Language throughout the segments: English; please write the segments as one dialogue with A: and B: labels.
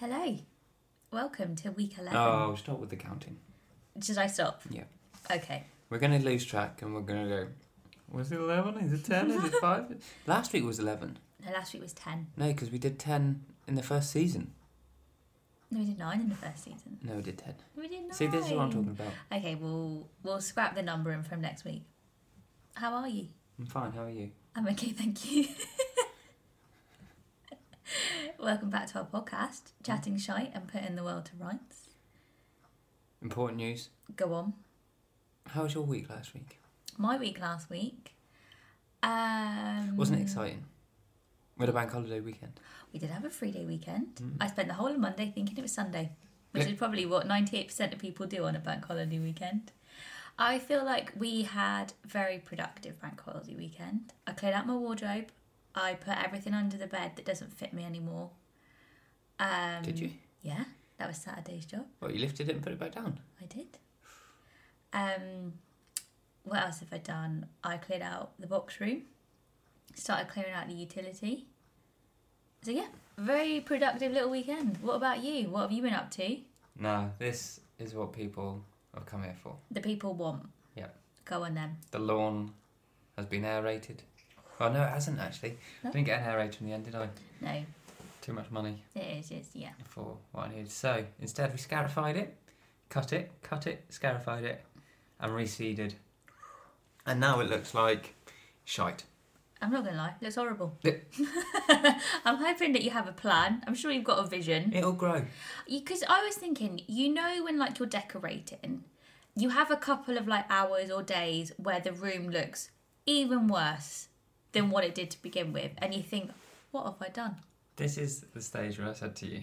A: Hello. Welcome to week 11.
B: Oh, stop with the counting.
A: Should I stop?
B: Yeah.
A: Okay.
B: We're going to lose track and we're going to go, was it 11? Is it 10? Is it 5? Last week was 11.
A: No, last week was 10.
B: No, because we did 10 in the first season.
A: No, we did 9 in the first season.
B: No, we did 10.
A: No, We did 9.
B: See, this is what I'm talking about.
A: Okay, we'll, we'll scrap the number in from next week. How are you?
B: I'm fine, how are you?
A: I'm okay, thank you. Welcome back to our podcast, Chatting Shite and Putting the World to Rights.
B: Important news.
A: Go on.
B: How was your week last week?
A: My week last week. Um,
B: Wasn't it exciting? We had a bank holiday weekend.
A: We did have a three day weekend.
B: Mm-hmm.
A: I spent the whole of Monday thinking it was Sunday, which is probably what 98% of people do on a bank holiday weekend. I feel like we had very productive bank holiday weekend. I cleared out my wardrobe. I put everything under the bed that doesn't fit me anymore. Um,
B: Did you?
A: Yeah, that was Saturday's job.
B: Well, you lifted it and put it back down.
A: I did. Um, what else have I done? I cleared out the box room, started clearing out the utility. So yeah, very productive little weekend. What about you? What have you been up to?
B: No, this is what people have come here for.
A: The people want.
B: Yeah.
A: Go on then.
B: The lawn has been aerated. Oh, no, it hasn't actually.
A: No.
B: Didn't get an aerator in the end, did I?
A: No,
B: Too much money.
A: it is just yeah.
B: for what I needed. So instead, we scarified it, cut it, cut it, scarified it, and reseeded. And now it looks like shite.
A: I'm not gonna lie, it looks horrible.
B: Yeah.
A: I'm hoping that you have a plan. I'm sure you've got a vision.
B: It'll grow.
A: Because I was thinking, you know, when like you're decorating, you have a couple of like hours or days where the room looks even worse than what it did to begin with, and you think, what have I done?
B: This is the stage where I said to you,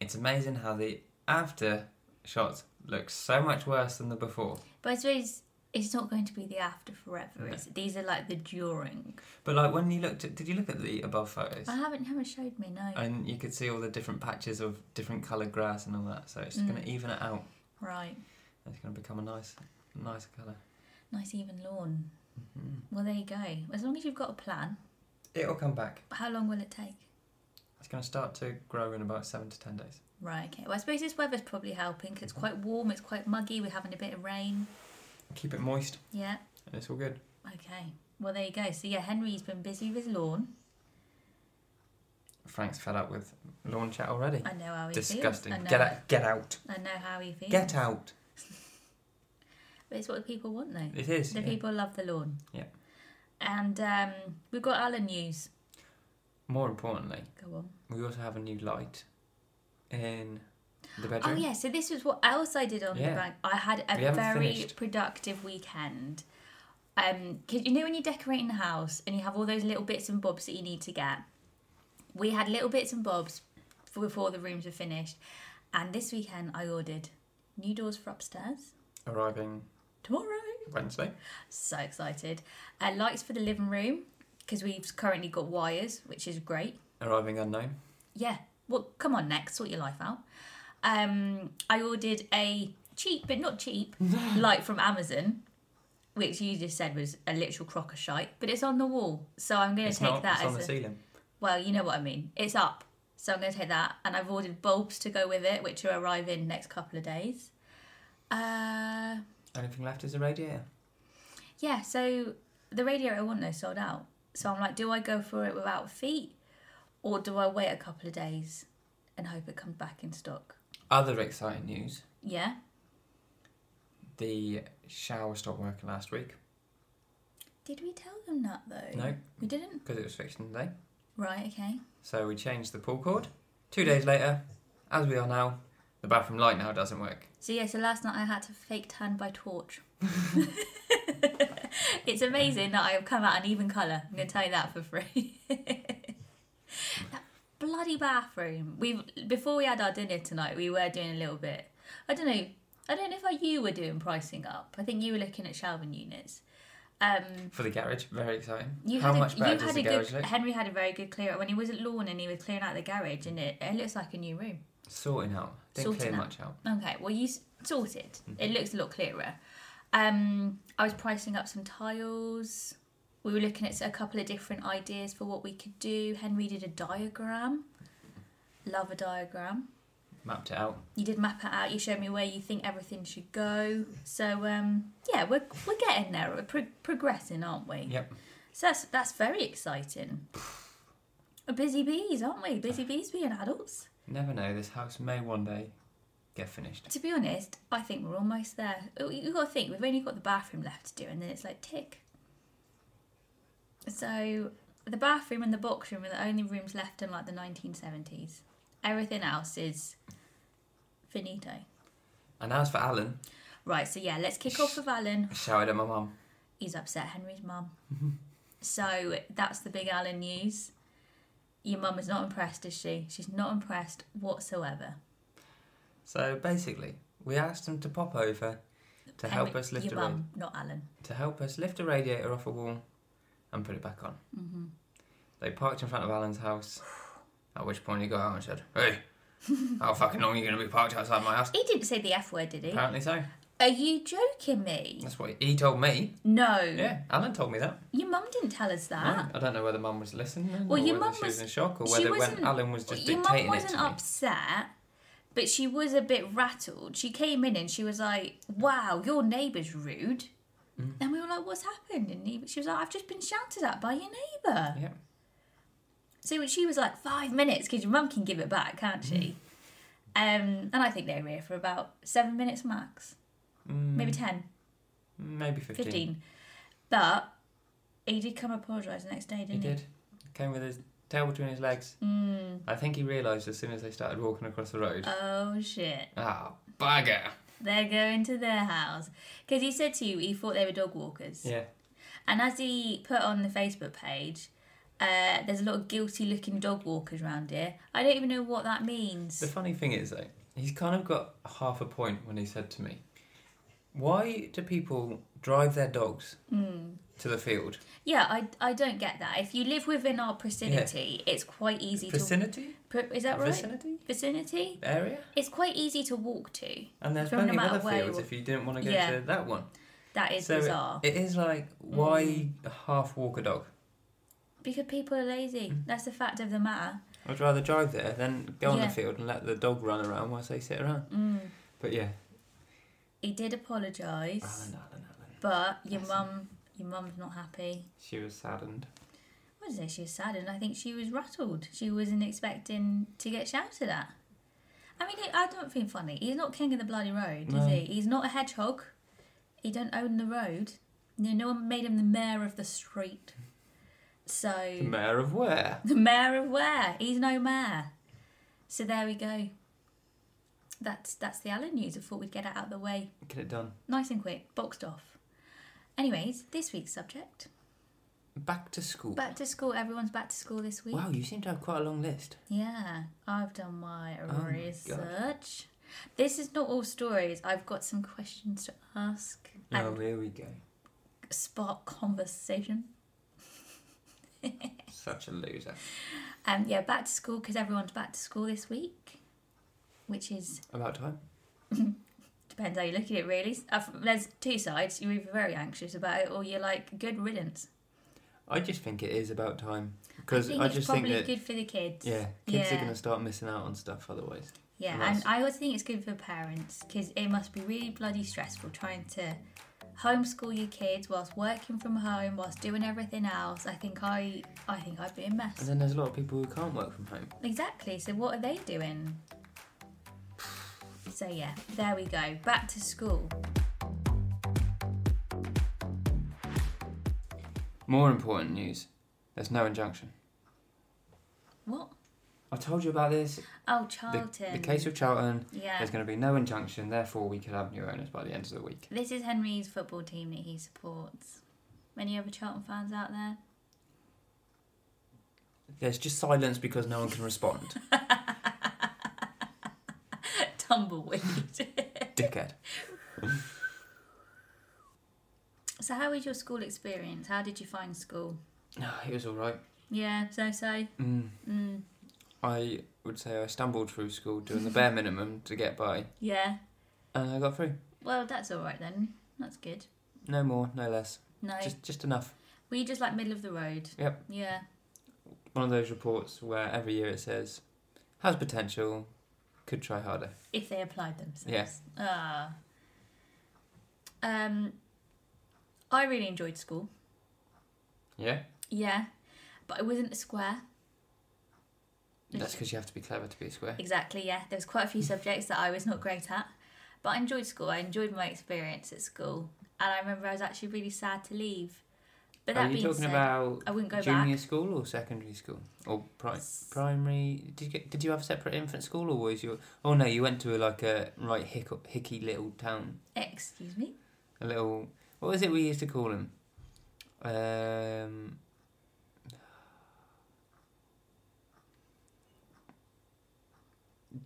B: it's amazing how the after shots look so much worse than the before.
A: But I suppose it's not going to be the after forever, is it? These are like the during.
B: But like when you looked at, did you look at the above photos?
A: I haven't, you haven't showed me no.
B: And you could see all the different patches of different coloured grass and all that. So it's
A: Mm.
B: going to even it out.
A: right,
B: It's going to become a nice, nicer colour.
A: nice even lawn.
B: hmm
A: Well, there you go. As long as you've got a plan,
B: It'll come back.
A: how long will it take?
B: It's going to start to grow in about seven to ten days.
A: Right, okay. Well, I suppose this weather's probably helping 'cause it's quite warm, it's quite muggy, we're having a bit of rain.
B: Keep it moist,
A: Yeah.
B: and it's all good.
A: Okay. Well, there you go. So yeah, Henry's been busy with his lawn.
B: Frank's fed up with lawn chat already.
A: I know how he
B: Disgusting.
A: feels. I know,
B: Get out! Get out!
A: I know how he feels.
B: Get out!
A: But it's what the people want, though.
B: It is.
A: The
B: yeah.
A: people love the lawn.
B: Yeah.
A: And um, we've got Alan news.
B: More importantly,
A: Go on.
B: we also have a new light in the bedroom.
A: Oh yeah. So this was what else I did on the
B: Yeah.
A: bank. I had
B: We
A: a
B: haven't
A: very
B: finished.
A: productive weekend. Um, 'cause you know when you're decorating the house and you have all those little bits and bobs that you need to get. We had little bits and bobs f- before the rooms were finished, and this weekend I ordered new doors for upstairs
B: Arriving
A: tomorrow.
B: Wednesday.
A: So excited. Uh, lights for the living room because we've currently got wires, which is great.
B: Arriving unknown.
A: Yeah. Well, come on, next, sort your life out. Um, I ordered a cheap, but not cheap, light from Amazon, which you just said was a literal crock of shite, but it's on the wall. So I'm going to
B: it's
A: take
B: not.
A: that
B: it's on the
A: as a.
B: ceiling.
A: Well, you know what I mean. It's up. So I'm going to take that. And I've ordered bulbs to go with it, which will arrive in next couple of days. Uh,
B: Anything left is a radiator.
A: yeah, so the radiator I want though sold out. So I'm like, do I go for it without feet or do I wait a couple of days and hope it comes back in stock?
B: Other exciting news:
A: Yeah.
B: the shower stopped working last week.
A: Did we tell them that though?
B: No,
A: We didn't?
B: because it was fixing today.
A: Right, okay.
B: So we changed the pull cord. Two days later, as we are now, the bathroom light now doesn't work.
A: So yeah, so last night I had to fake tan by torch. it's amazing that I have come out an even colour. I'm gonna tell you that for free. that bloody bathroom. We before we had our dinner tonight, we were doing a little bit. I don't know. I don't know if I, you were doing pricing up. I think you were looking at shelving units. Um,
B: for the garage. Very exciting.
A: you
B: How
A: had
B: much
A: a,
B: better
A: you
B: does
A: had
B: the
A: a
B: garage
A: good
B: look?
A: Henry had a very good clear out when he was at lawn and he was clearing out the garage and it, it looks like a new room.
B: Sorting out. Didn't
A: Sorting
B: clear
A: out.
B: much out.
A: Okay, well, you s- sorted. It looks a lot clearer. Um, I was pricing up some tiles. We were looking at a couple of different ideas for what we could do. Henry did a diagram. Love a diagram.
B: Mapped it out.
A: You did map it out. You showed me where you think everything should go. So um, yeah, we're we're getting there. We're pro- progressing, aren't we?
B: Yep.
A: So that's that's very exciting. We're busy bees, aren't we? Busy bees being adults.
B: Never know. This house may one day get finished.
A: To be honest, I think we're almost there. Oh, You've got to think, we've only got the bathroom left to do, and then it's like tick. So, the bathroom and the box room are the only rooms left in like the 1970s. Everything else is finito.
B: And as for Alan,
A: Right, so yeah, let's kick off with Alan.
B: I shouted at my mum.
A: He's upset Henry's mum. so, that's the big Alan news. Your mum is not impressed, is she? She's not impressed whatsoever.
B: So basically, we asked him to pop over to help
A: Henry-
B: us lift a
A: Your
B: ra-
A: mum, not Alan.
B: to help us lift a radiator off a wall and put it back on.
A: Mm-hmm.
B: They parked in front of Alan's house. At which point he got out and said, "Hey, how fucking long are you going to be parked outside my house?"
A: He didn't say the F word, did he?
B: Apparently so.
A: Are you joking me?
B: That's what he told me.
A: No.
B: Yeah, Alan told me that.
A: Your mum didn't tell us that.
B: No, I don't know whether Mum was listening
A: Ah. Well,
B: or
A: your
B: whether
A: mum
B: she was,
A: was-
B: in shock or
A: she
B: whether when
A: wasn't-
B: Alan was just
A: Your mum
B: dictating it
A: wasn't
B: to me.
A: upset, but she was a bit rattled. She came in and she was like, wow, your neighbour's rude.
B: Mm.
A: And we were like, what's happened? And he, she was like, I've just been shouted at by your neighbour.
B: Yeah.
A: So she was like, five minutes, because your mum can give it back, can't she? Um, and I think they were here for about seven minutes max,
B: Mm,
A: maybe ten.
B: maybe 15.
A: 15. But he did come apologise the next day, didn't
B: He
A: he?
B: did. Came with his tail between his legs.
A: Mm.
B: I think he realised as soon as they started walking across the road.
A: Oh, shit.
B: Ah, bagger.
A: They're going to their house. Because he said to you he thought they were dog walkers.
B: Yeah.
A: And as he put on the Facebook page, uh, there's a lot of guilty looking dog walkers around here. I don't even know what that means.
B: The funny thing is, though, he's kind of got half a point when he said to me, "Why do people drive their dogs
A: Hmm.
B: to the field?
A: yeah, I, I don't get that. If you live within our vicinity, it's quite easy
B: Vicinity?
A: to. Pr- Is that right?
B: Vicinity?
A: Vicinity?
B: Area?
A: It's quite easy to walk to.
B: And there's
A: From no
B: plenty of
A: matter
B: other
A: where
B: fields
A: you-
B: if you didn't want to go
A: Yeah.
B: to that one.
A: That is
B: So it-
A: bizarre. Hmm.
B: It is like, why half walk a dog?
A: because people are lazy.
B: Mm.
A: That's the fact of the matter.
B: I'd rather drive there than go on
A: Yeah.
B: the field and let the dog run around whilst they sit around.
A: Mm.
B: But yeah,
A: He did apologise.
B: Alan, Alan, Alan.
A: But your
B: Ah, Bless
A: mum, your mum's not happy.
B: She was saddened.
A: What did I say? She was sad, and I think she was rattled. She wasn't expecting to get shouted at. I mean, I don't think funny. He's not king of the bloody road,
B: No.
A: is he? He's not a hedgehog. He don't own the road. No, no one made him the mayor of the street. So
B: The mayor of where?
A: the mayor of where? He's no mayor. So there we go. That's that's the Allen news. I thought we'd get it out of the way.
B: Get it done.
A: Nice and quick, boxed off. Anyways, this week's subject.
B: Back to school.
A: Back to school, everyone's back to school this week.
B: Wow, you seem to have quite a long list.
A: Yeah, I've done my
B: Oh my God.
A: research. This is not all stories. I've got some questions to ask
B: Oh,
A: and
B: here we go.
A: spark conversation.
B: Such a loser.
A: Um, yeah, back to school because everyone's back to school this week, which is
B: About time.
A: depends how you look at it really. Uh, There's two sides. You're either very anxious about it or you're like good riddance.
B: I just think it is about time
A: I
B: because
A: think
B: I,
A: it's
B: just think
A: probably
B: that
A: good for the kids.
B: yeah, kids
A: Yeah.
B: are going to start missing out on stuff otherwise.
A: Yeah,
B: And
A: and
B: that's-
A: I also think it's good for parents because it must be really bloody stressful trying to homeschool your kids whilst working from home, whilst doing everything else. I think I, I think I'd be a
B: And
A: mess.
B: then there's a lot of people who can't work from home.
A: Exactly. So what are they doing? So yeah, there we go. Back to school.
B: More important news: there's no injunction.
A: What?
B: I told you about this.
A: Oh,
B: The,
A: Charlton.
B: the case of Charlton.
A: Yeah.
B: There's going to be no injunction. Therefore, we could have new owners by the end of the week.
A: This is Henry's football team that he supports. Any other Charlton fans out there?
B: There's just silence because no one can respond.
A: Tumbleweed.
B: Dickhead.
A: so how was your school experience? How did you find school?
B: No, it was all right.
A: Yeah, so so.
B: Mm,
A: Mm,
B: I would say I stumbled through school doing the bare minimum to get by,
A: yeah.
B: and I got through.
A: Well, that's all right then. That's good.
B: No more, no less.
A: No,
B: Just just enough.
A: we just like middle of the road.
B: Yep.
A: Yeah.
B: one of those reports where every year it says has potential, could try harder.
A: if they applied themselves.
B: Yeah.
A: Ah. Um, I really enjoyed school.
B: Yeah,
A: Yeah, but I wasn't a square.
B: that's because you have to be clever to be a square.
A: Exactly. Yeah, there was quite a few subjects that I was not great at, but I enjoyed school. I enjoyed my experience at school, and I remember I was actually really sad to leave. But that
B: Are you
A: being
B: talking
A: said,
B: about
A: I wouldn't go
B: junior
A: back.
B: school or secondary school or pri- primary? Did you get, did you have a separate infant school or was your? Oh no, you went to like a right hick, hicky little town,
A: Excuse me.
B: a little. What was it we used to call them? Um,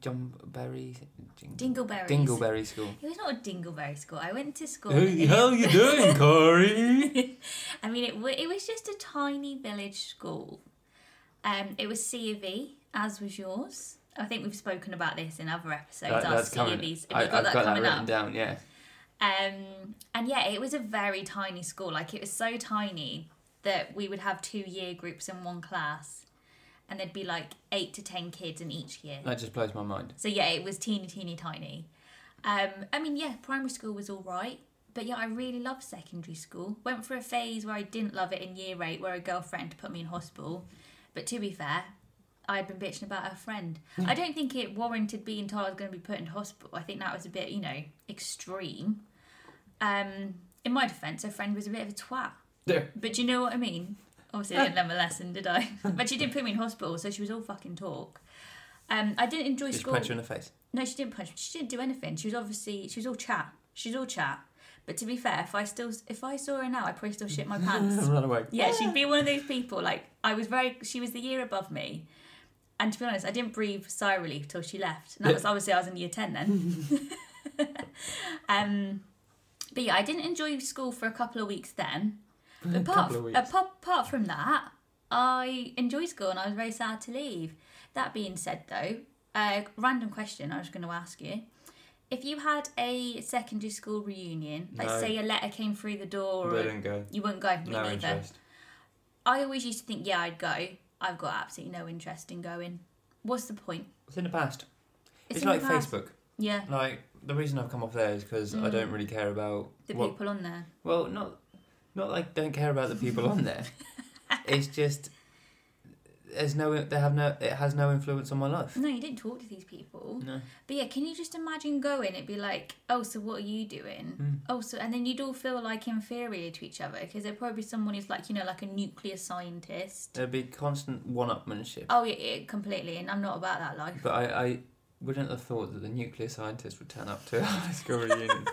B: John Berry, Ding-
A: Dingleberries.
B: Dingleberry School.
A: It was not a dingleberry school. I went to school.
B: Hey,
A: in-
B: how you doing, Corey?
A: I mean, it, w- it was just a tiny village school. Um, it was C of E, as was yours. I think we've spoken about this in other episodes.
B: That-
A: our
B: that's
A: C
B: coming.
A: of E's. Have
B: I,
A: you got
B: I've
A: that
B: got that
A: coming
B: written
A: up?
B: down. Yeah.
A: Um, and yeah, it was a very tiny school. Like it was so tiny that we would have two year groups in one class, and there'd be like eight to ten kids in each year.
B: That just blows my mind.
A: So yeah, it was teeny, teeny, tiny. Um, I mean, yeah, primary school was all right, but yeah, I really loved secondary school. Went for a phase where I didn't love it in year eight, where a girlfriend put me in hospital. But to be fair, I'd been bitching about her friend. I don't think it warranted being told I was going to be put in hospital. I think that was a bit, you know, extreme. Um, in my defence, her friend was a bit of a twat.
B: Yeah.
A: But do you know what I mean? Obviously, I didn't learn my lesson, did I? but she did put me in hospital, so she was all fucking talk. Um, I didn't enjoy
B: Did you
A: school.
B: punch her in the face?
A: No, she didn't punch me. She didn't do anything. She was obviously she was all chat. She was all chat. But to be fair, if I still if I saw her now, I'd probably still shit my pants.
B: Run away.
A: yeah, she'd be one of those people. Like I was very. She was the year above me, and to be honest, I didn't breathe sigh relief till she left. And that was obviously I was in year ten then. um, but yeah, I didn't enjoy school for a couple of weeks then. But apart,
B: Couple of weeks.
A: apart, apart from that, I enjoyed school and I was very sad to leave. That being said, though, a random question I was going to ask you. If you had a secondary school reunion, like
B: No.
A: say a letter came through the door, or
B: Wouldn't go.
A: you wouldn't go, me
B: No
A: neither.
B: interest.
A: I always used to think, yeah, I'd go. I've got absolutely no interest in going. What's the point?
B: It's in the past. It's,
A: in the
B: like
A: past.
B: Facebook.
A: Yeah,
B: Like the reason I've come off there is because I don't really care about
A: the
B: what.
A: people on there.
B: Well, not not like don't care about the people on there. It's just there's no they have no it has no influence on my life.
A: No, you didn't talk to these people.
B: No.
A: But yeah, can you just imagine going? It'd be like, oh, so what are you doing?
B: Hmm.
A: Oh, so and then you'd all feel like inferior to each other because there'd probably be someone who's like, you know, like a nuclear scientist.
B: There'd be constant one-upmanship.
A: Oh yeah, yeah completely. And I'm not about that life.
B: But I, I wouldn't have thought that the nuclear scientist would turn up to our school reunion.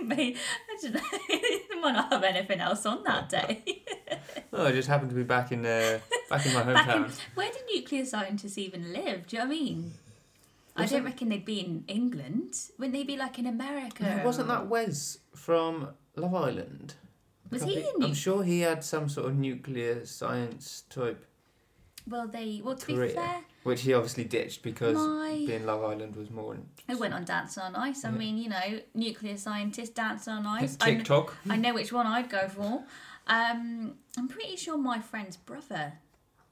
A: Mate, I just might not have anything else on that day.
B: oh, I just happened to be back in uh, back in my hometown.
A: Back in, where do nuclear scientists even live? Do you know what I mean? I
B: Wasn't-
A: don't reckon they'd be in England. Wouldn't they be like in America?
B: No, wasn't that Wes from Love Island?
A: Was
B: I
A: he
B: think-
A: in
B: I'm
A: nu-
B: sure he had some sort of nuclear science type
A: Well, they. Well, to be
B: career,
A: fair,
B: which he obviously ditched because
A: My- Oh,
B: being Love Island was more in
A: I went on Dancing on Ice. I
B: Yeah.
A: mean, you know, nuclear scientist, Dancing on Ice. I, kn-
B: TikTok.
A: I know which one I'd go for. Um, I'm pretty sure my friend's brother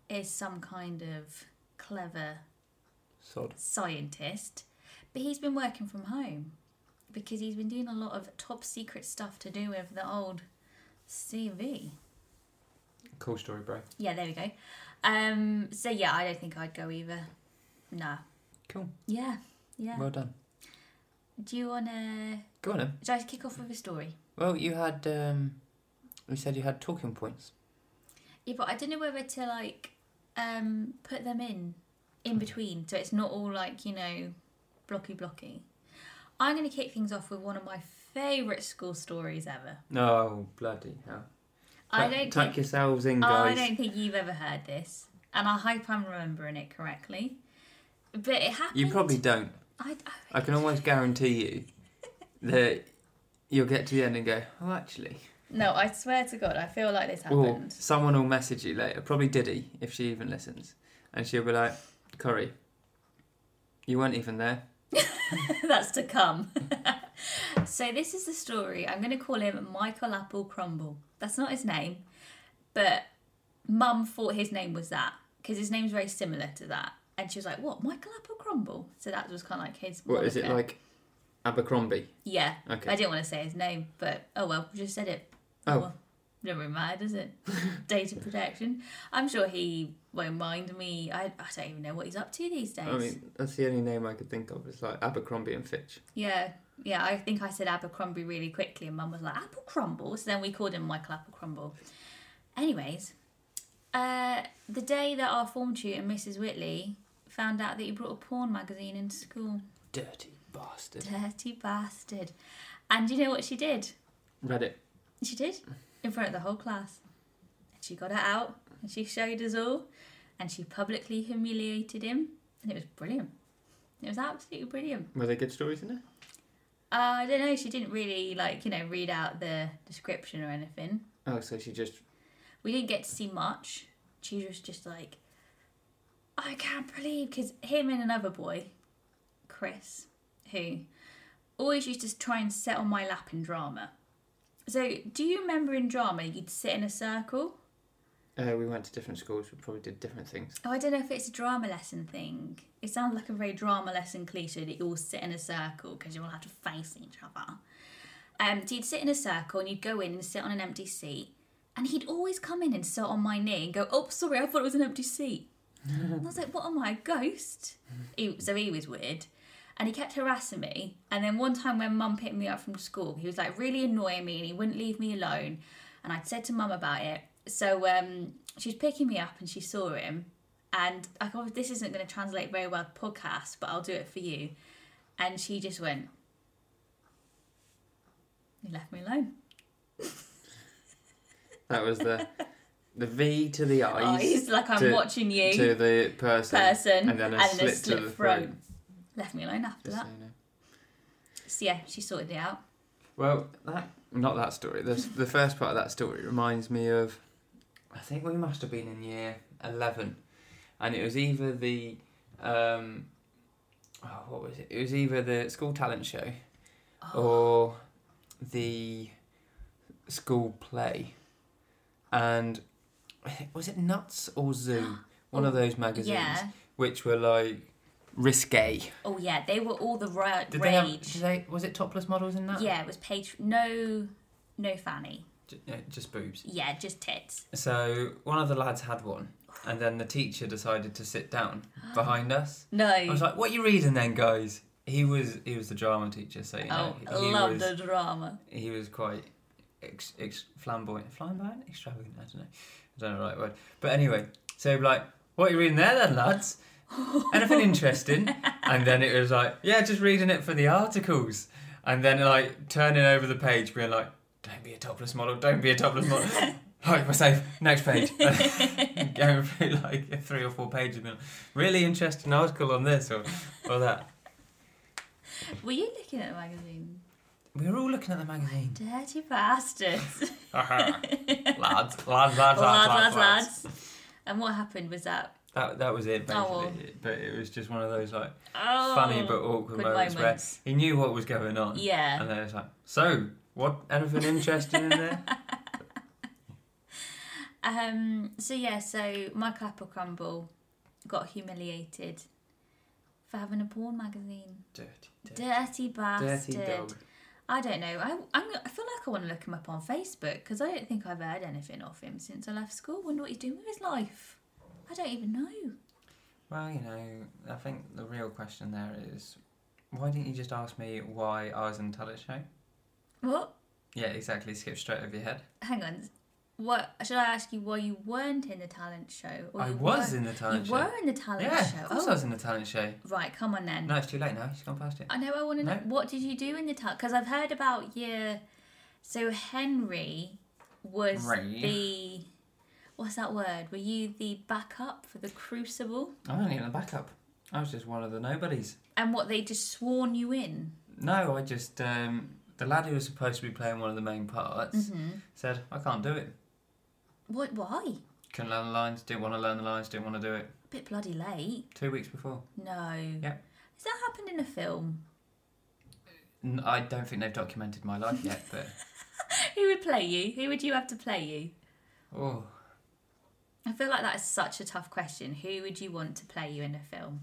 A: is some kind of clever
B: Sod.
A: scientist, but he's been working from home because he's been doing a lot of top secret stuff to do with the old CV.
B: Cool story, bro.
A: Yeah, there we go. Um, so yeah, I don't think I'd go either. Nah.
B: Cool.
A: Yeah, yeah.
B: Well done.
A: Do you wanna?
B: Go on then.
A: Should I kick off with a story?
B: Well, you had. Um, we said you had talking points.
A: Yeah, but I don't know whether to like um put them in in between, so it's not all like you know blocky blocky. I'm gonna kick things off with one of my favourite school stories ever.
B: Oh, bloody hell.
A: I
B: Tuck-
A: don't
B: Tuck
A: think
B: yourselves in,
A: I
B: guys.
A: don't think you've ever heard this, and I hope I'm remembering it correctly. But it happened.
B: You probably don't.
A: I,
B: I can almost guarantee you that you'll get to the end and go, oh, actually.
A: No, I swear to God, I feel like this
B: Or
A: happened.
B: someone will message you later, probably Diddy, if she even listens. And she'll be like, Corey, you weren't even there.
A: That's to come. so this is the story. I'm going to call him Michael Apple Crumble. That's not his name, but Mum thought his name was that. because his name's very similar to that. And she was like, "What, Michael Abercromble?" So that was kind of like his.
C: What is it
A: moniker.
C: like? Abercrombie.
A: Yeah,
C: Okay.
A: I didn't want to say his name, but oh well, we just said it.
C: Oh.
A: well, doesn't really matter, does it? Data protection. I'm sure he won't mind me. I, I don't even know what he's up to these days.
C: I mean, that's the only name I could think of. It's like Abercrombie and Fitch.
A: yeah, yeah. I think I said Abercrombie really quickly, and Mum was like Apple Crumble. So then we called him Michael Apple Crumble. Anyways, uh, the day that our form tutor, Mrs. Whitley, found out that he brought a porn magazine into school,
B: Dirty bastard.
A: dirty bastard. And you know what she did?
C: Read it.
A: She did, in front of the whole class. And she got it out and she showed us all and she publicly humiliated him and it was brilliant. It was absolutely brilliant.
C: Were there good stories in it?
A: Uh, I don't know, she didn't really like, you know, read out the description or anything.
C: Oh, so she just
A: We didn't get to see much. She was just like, I can't believe, because him and another boy, Chris, who always used to try and sit on my lap in drama. So, do you remember in drama you'd sit in a circle
C: uh, we went to different schools. We probably did different things.
A: Oh, I don't know if it's a drama lesson thing. It sounds like a very drama lesson cliche that you all sit in a circle because you all have to face each other. Um, so you'd sit in a circle and you'd go in and sit on an empty seat, and he'd always come in and sit on my knee and go, "Oh, sorry, I thought it was an empty seat." and I was like, "What am I, a ghost?" He, so he was weird, and he kept harassing me. And then one time when Mum picked me up from school, he was like really annoying me and he wouldn't leave me alone. And I'd said to Mum about it. So um, she was picking me up and she saw him and I thought this isn't going to translate very well to podcast, but I'll do it for you. And she just went, "You left me alone."
C: That was the the V to the eyes,
A: Eyes like I'm
C: to-
A: watching you,
C: to the person,
A: person,
C: and then a slit, to the throat.
A: Left me alone after
C: Just
A: that.
C: so you know.
A: So yeah, she sorted it out.
C: Well, that not that story. The the first part of that story reminds me of
B: I think we must have been in year 11. And it was either the. Um, oh, what was it? It was either the school talent show
A: Oh.
B: or the school play. And was it Nuts or Zoo? One of those magazines,
A: Yeah.
B: which were like risque.
A: Oh yeah, they were all the ra-
B: Did they, have,
A: rage.
B: did they? Was it topless models in that?
A: yeah, it was page no, no fanny.
B: J- no, just boobs.
A: Yeah, just tits.
B: So one of the lads had one, and then the teacher decided to sit down behind us.
A: No.
B: I was like, "What are you reading then, guys?" He was he was the drama teacher, so you know
A: oh, I
B: he
A: love
B: was
A: the drama.
B: he was quite ex, ex, flamboyant, flamboyant, extravagant. I don't know, I don't know the right word. But anyway, so like, "What are you reading there then, lads? Anything interesting?" and then it was like, "Yeah, just reading it for the articles." And then like turning over the page, being like, "Don't be a topless model. Don't be a topless model." Right, we're safe. Next page. Going through like three or four pages. being like, Really interesting article on this or, or that.
A: Were you looking at the magazine?
B: We were all looking at the magazine. Uh-huh.
A: Dirty bastards.
B: lads, lads, lads, lads, lads,
A: lads, lads, lads. And what happened was that
B: That, that was it, basically.
A: Oh,
B: But it was just one of those, like,
A: oh,
B: funny but awkward
A: good
B: moments,
A: moments.
B: where he knew what was going on.
A: yeah.
B: And then it's like, so, what, anything interesting in there?
A: Um. So yeah. So Michael Applecrumble got humiliated for having a porn magazine.
B: Dirty, dirty,
A: Dirty
B: dirty
A: bastard.
B: dog.
A: I don't know. I I'm, gonna- I feel like I want to look him up on Facebook because I don't think I've heard anything of him since I left school. Wonder what he's doing with his life. I don't even know.
B: Well, you know, I think the real question there is, why didn't you just ask me why I was in the talent show?
A: What?
B: Yeah, exactly. Skip straight over your head.
A: Hang on. What should I ask you? Why you weren't in the talent show? Or
B: I
A: you
B: was
A: were-
B: in the talent
A: You
B: show.
A: were in the talent
B: yeah,
A: show.
B: of course
A: oh,
B: I was in the talent show.
A: Right, come on then.
B: No, it's too late now. She's gone past it.
A: I know I want to
B: No.
A: know what did you do in the talent? Because I've heard about your. So Henry was
B: Ray.
A: the. What's that word? Were you the backup for the Crucible?
B: I wasn't even a backup. I was just one of the nobodies.
A: And what they just sworn you in?
B: No, I just um, the lad who was supposed to be playing one of the main parts
A: Mm-hmm.
B: said I can't do it.
A: What? Why?
B: Couldn't learn the lines. Didn't want to learn the lines. Didn't want to do it.
A: bit bloody late.
B: Two weeks before.
A: No.
B: Yeah.
A: Has that happened in a film?
B: N- I don't think they've documented my life yet, but
A: Who would play you? Who would you have to play you?
B: oh,
A: I feel like that is such a tough question. Who would you want to play you in a film?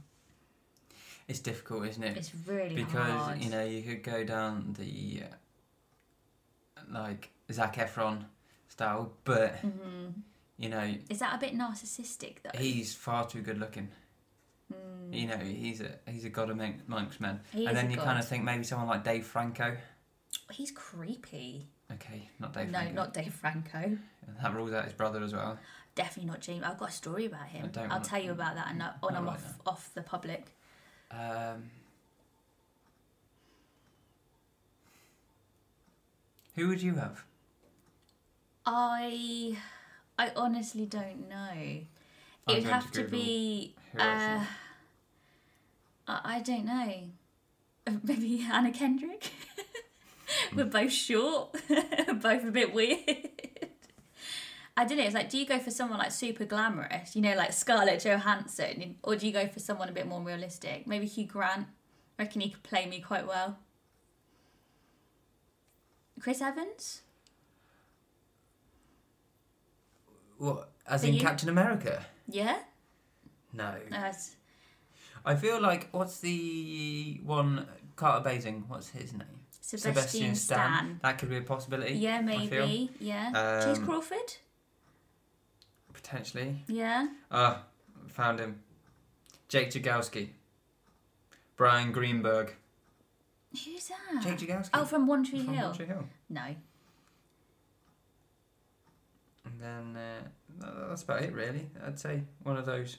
D: It's difficult, isn't it?
A: It's really
D: because
A: hard.
D: you know you could go down the uh, like Zac Efron style, but
A: hmm
D: you know
A: Is that a bit narcissistic though?
D: he's far too good looking.
A: Mm.
D: You know he's a he's a god amongst men.
A: He
D: and
A: is
D: then
A: a
D: you
A: god.
D: kind of think maybe someone like Dave Franco.
A: He's creepy.
D: Okay, not Dave
A: no,
D: Franco.
A: not Dave Franco.
D: That rules out his brother as well.
A: Definitely not James. I've got a story about
D: I
A: him.
D: don't
A: I'll
D: wanna-
A: tell you about that and
D: No,
A: on I'm
D: right
A: off
D: now.
A: off the public.
D: Um, who would you have?
A: I I honestly don't know. It
D: I'm
A: would
D: going
A: have
D: to
A: to,
D: Google
A: be
D: Who
A: uh,
D: else?
A: I, I don't know. Maybe Anna Kendrick.
D: Hmm.
A: We're both short, both a bit weird. I don't know. It's like, do you go for someone like super glamorous, you know, like Scarlett Johansson, or do you go for someone a bit more realistic? Maybe Hugh Grant. I reckon he could play me quite well. Chris Evans.
D: What? As
A: But
D: in
A: you-
D: Captain America?
A: Yeah. Uh,
D: No.
A: That's-
D: I feel like what's the one Carter Basing? What's his name?
A: Sebastian, Stan.
D: That could be a possibility.
A: Yeah,
D: I feel.
A: maybe. Yeah. Chase
D: Um,
A: Crawford.
D: Potentially.
A: Yeah.
D: Ah, found him. Jake Jagowski. Brian Greenberg.
A: Who's that?
D: Jake Jagowski.
A: Oh, from One Tree
D: from
A: Hill.
D: One Tree Hill.
A: No.
D: And then uh, tha- that's about it, really. I'd say one of those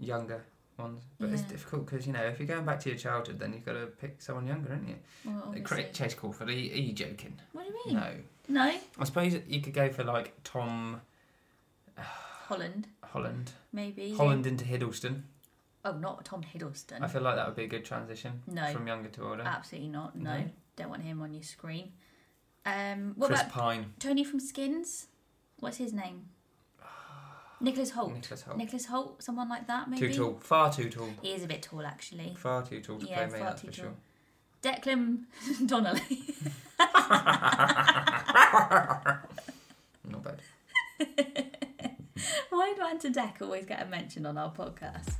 D: younger ones, but it's
A: Yeah.
D: difficult because you know if you're going back to your childhood, then you've got to pick someone younger, haven't you?
A: Well,
D: Uh,
A: obviously.
D: Cra- Chase Crawford. Are you, are you joking?
A: What do you mean?
D: No.
A: No.
D: I suppose you could go for like Tom
A: Holland,
D: Holland,
A: maybe.
D: Holland into Hiddleston.
A: Oh, not Tom Hiddleston.
D: I feel like that would be a good transition
A: No. Ah,
D: from younger to older.
A: Absolutely not. No.
D: No.
A: Don't want him on your screen. Um, what
D: Chris
A: about
D: Pine,
A: Tony from Skins? What's his name? Nicholas Holt.
D: Nicholas Holt.
A: Nicholas Holt, someone like that, maybe.
D: Too tall, far too tall,
A: He is a bit tall, actually.
D: far too tall to
A: Yeah,
D: play me.
A: far
D: That's
A: too
D: for
A: tall.
D: sure.
A: Declan Donnelly.
D: Not bad.
A: Why do Ant and Deck always get a mention on our podcast?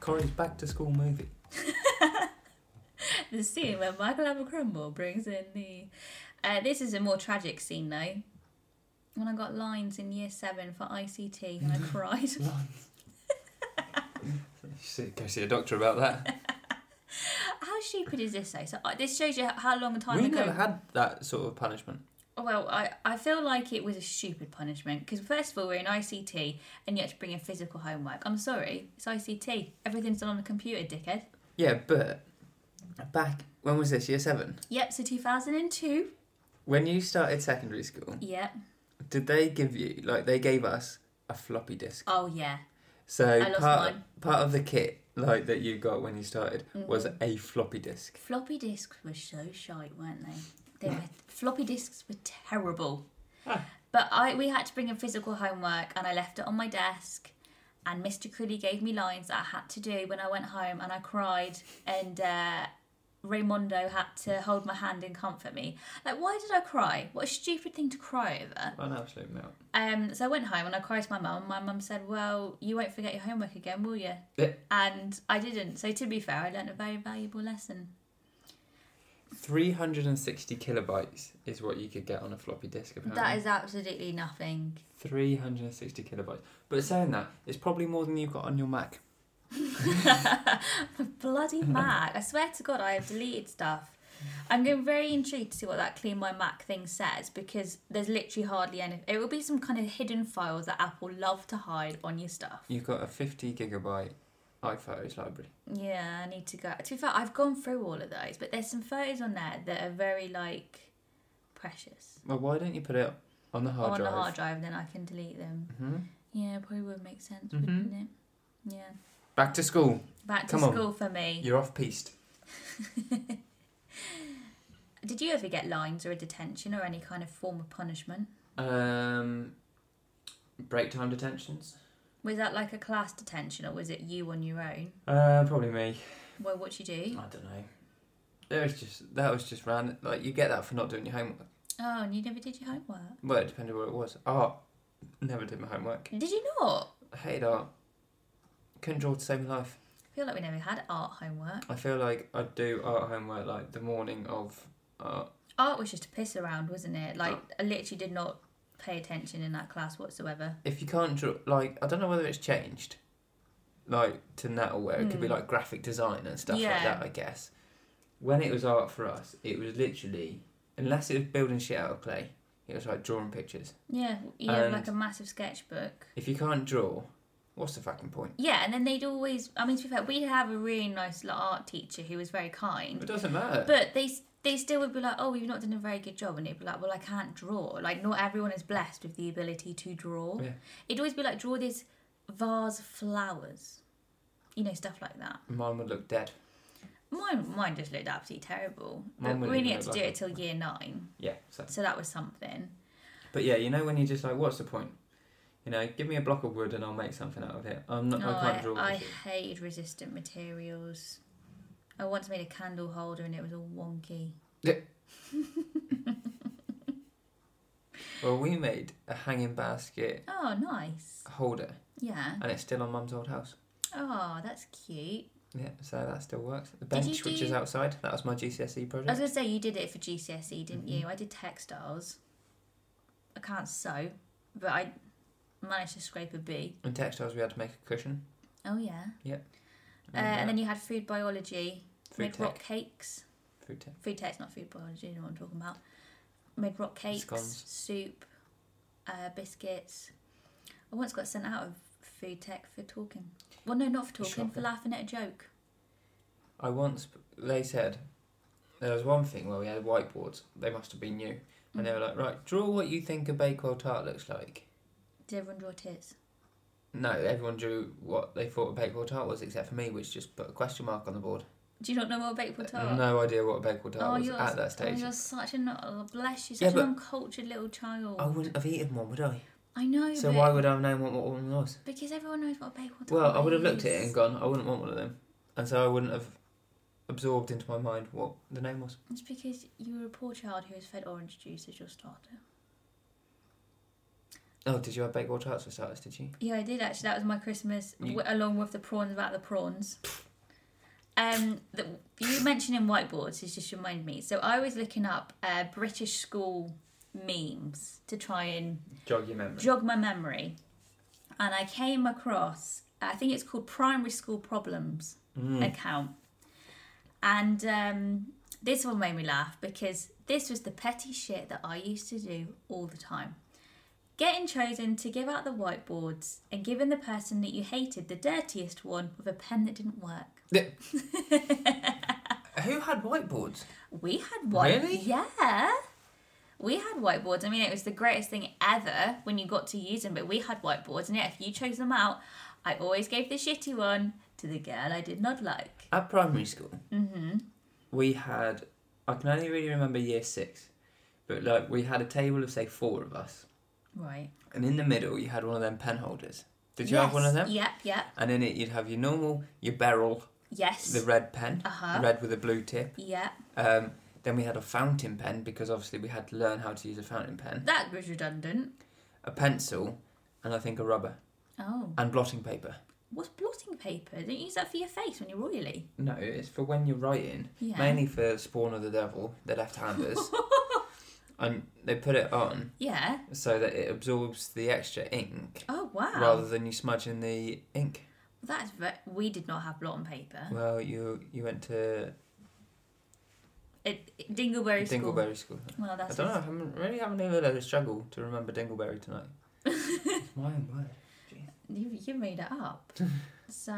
D: Corey's back to school movie.
A: the scene where Michael Abercromwell brings in the. Uh, this is a more tragic scene though. When I got lines in year seven for ICT and I cried.
B: Go see a doctor about that.
A: How stupid is this though? So uh, this shows you how long a time
B: we
A: ago.
B: never had that sort of punishment.
A: Well, I, I feel like it was a stupid punishment because first of all we're in ICT and you have to bring in physical homework. I'm sorry, it's ICT. Everything's done on the computer, dickhead.
B: Yeah, but back when was this? Year seven.
A: Yep. So 2002.
B: When you started secondary school,
A: Yep.
B: did they give you like they gave us a floppy disk?
A: Oh yeah.
B: So
A: I lost
B: part
A: mine. Mm-hmm.
B: part of the kit like that you got when you started was a floppy disk.
A: Floppy disks were so shite, weren't they? They were, floppy disks were terrible. But I we had to bring in physical homework, and I left it on my desk. And Mr. Crilly gave me lines that I had to do when I went home, and I cried. And uh, Raimondo had to hold my hand and comfort me. Like, why did I cry? What a stupid thing to cry over.
D: An absolute melt.
A: Um, so I went home and I cried to my mum. My mum said, "Well, you won't forget your homework again, will you?"
B: Yeah.
A: And I didn't. So to be fair, I learnt a very valuable lesson.
B: Three hundred and sixty kilobytes is what you could get on a floppy disk. Apparently.
A: That is absolutely nothing.
B: 360 kilobytes. But saying that, it's probably more than you've got on your Mac.
A: Bloody Mac. I swear to God, I have deleted stuff. I'm going very intrigued to see what that clean my Mac thing says because there's literally hardly any. It will be some kind of hidden files that Apple love to hide on your stuff.
B: You've got a 50 gigabyte iPhotos library.
A: Yeah, I need to go. To be fair, I've gone through all of those, but there's some photos on there that are very like precious.
B: Well, why don't you put it on the hard
A: on
B: drive?
A: the hard drive, then I can delete them.
B: hmm
A: Yeah, probably would make sense,
D: Mhm.
A: wouldn't it? Yeah.
B: Back to school.
A: Back to
B: Mm-hmm. Come on.
A: school for me.
B: You're off piste.
A: Did you ever get lines or a detention or any kind of form of punishment?
B: Um, break time detentions.
A: Was that like a class detention or was it you on your own?
B: Uh, probably me.
A: Well, what you
B: I
A: do?
B: don't know. It was just that was just random. Like you get that for not doing your homework.
A: Oh, and you never did your homework.
B: Well, it depended what it was. Art. Never did my homework.
A: Did you not?
B: I hated art. Couldn't draw to save my life.
A: I feel like we never had art homework.
B: I feel like I'd do art homework like the morning of art.
A: Art was just to piss around, wasn't it? Like I literally did not pay attention in that class whatsoever.
B: If you can't draw, like, I don't know whether it's changed, like, to now where it could be
A: Hmm.
B: like graphic design and stuff like
A: Yeah.
B: that, I guess. When it was art for us, it was literally, unless it was building shit out of clay, it was like drawing pictures.
A: Yeah, you know,
B: And-
A: like a massive sketchbook.
B: If you can't draw, what's the fucking point?
A: Yeah, and then they'd always. I mean, to be fair, we'd have a really nice like, art teacher who was very kind,
B: It doesn't matter.
A: but they they still would be like, "Oh, you've not done a very good job," and it'd be like, "Well, I can't draw. Like, not everyone is blessed with the ability to draw."
B: Yeah.
A: It'd always be like, "Draw this vase of flowers," you know, stuff like that.
B: Mine would look dead.
A: Mine mine just looked absolutely terrible. But
B: Mine wouldn't
A: we only
B: even
A: had to
B: look
A: do
B: like
A: it till year nine,
B: Yeah. So.
A: so that was something.
B: But yeah, you know when you're just like, what's the point? You know, give me a block of wood and I'll make something out of it. I'm not. I can't draw.
A: I,
B: this shit.
A: hated resistant materials. I once made a candle holder and it was all wonky.
B: Well, we made a hanging basket
A: Oh, nice.
B: holder,
A: Yeah.
B: and it's still on Mum's old house.
A: Oh, that's cute.
B: Yeah, so that still works. The
A: Did you
B: bench, which is
A: do-
B: outside, that was my GCSE
A: I was
B: E project.
A: going to say, you did it for GCSE, E, didn't
B: Mm-hmm.
A: you? I did textiles. I can't sew, but I managed to scrape a B.
B: In textiles, we had to make a cushion.
A: Oh, yeah. Uh,
B: uh,
A: and then you had food biology.
B: food
A: made rock
B: tech,
A: cakes.
B: food tech.
A: Food tech's not food biology, you know what I'm talking about. Made rock cakes,
B: Scones.
A: soup, uh, biscuits. I once got sent out of food tech for talking. Well, no, not for talking, for
B: Shocking.
A: laughing at a joke.
B: I once they said there was one thing where we had whiteboards. They must have been new, and
A: Mm.
B: they were like, right, draw what you think a Bakewell tart looks like.
A: Did everyone draw tits?
B: No, everyone drew what they thought a bakewell tart was, except for me, which just put a question mark on the board.
A: Do you not know what a baked tart?
B: Uh, No idea what a bakewell tart was
A: you're,
B: at that stage.
A: Oh, you're such an oh, bless you,
B: Yeah,
A: such
B: but- Oh,
A: an uncultured little child.
B: I wouldn't have eaten one, would I?
A: I know.
B: So
A: but,
B: why would I have known what what one was?
A: Because everyone knows what a baked tart.
B: Well, I would have looked at it
A: is.
B: and gone, I wouldn't want one of them, and so I wouldn't have absorbed into my mind what the name was.
A: It's because you were a poor child who was fed orange juice as your starter.
B: Oh, did you have bakewell tarts for starters? Did you?
A: Yeah, I did actually. That was my Christmas,
B: You-
A: w- along with the prawns about the prawns. Um, that you mentioning whiteboards has just reminded me. So I was looking up uh, British school memes to try and
B: Jog your memory.
A: jog my memory, and I came across I think it's called Primary School Problems account, and um, this one made me laugh because this was the petty shit that I used to do all the time. Getting chosen to give out the whiteboards and giving the person that you hated the dirtiest one with a pen that didn't work.
B: Who had whiteboards?
A: We had white.
B: Really?
A: Yeah. We had whiteboards. I mean, it was the greatest thing ever when you got to use them, but we had whiteboards. And yeah, if you chose them out, I always gave the shitty one to the girl I did not like.
B: At primary school,
A: Mm-hmm.
B: we had. I can only really remember year six, but like we had a table of say four of us.
A: Right.
B: And in the middle, you had one of them pen holders. Did you have one
A: Yes.
B: of them?
A: Yep, yep.
B: And in it, you'd have your normal, your beryl,
A: Yes.
B: the red pen,
A: Uh-huh.
B: red with a blue tip.
A: Yep.
B: Um, then we had a fountain pen because obviously we had to learn how to use a fountain pen,
A: That was redundant.
B: a pencil, and I think a rubber
A: Oh.
B: and blotting paper.
A: What's blotting paper? Don't you use that for your face when you're oily?
B: No, it's for when you're writing,
A: Yeah.
B: mainly for Spawn of the Devil, the left-handers, and they put it on
A: Yeah.
B: so that it absorbs the extra ink
A: Oh, wow.
B: rather than you smudging the ink.
A: That's ve- we did not have blotting paper.
B: Well, you you went to
A: It, Dingleberry School.
B: Dingleberry School.
A: Well, that's
B: I don't know. I haven't, really haven't even had a struggle to remember Dingleberry tonight. it's my own word.
A: You, you made it up. so,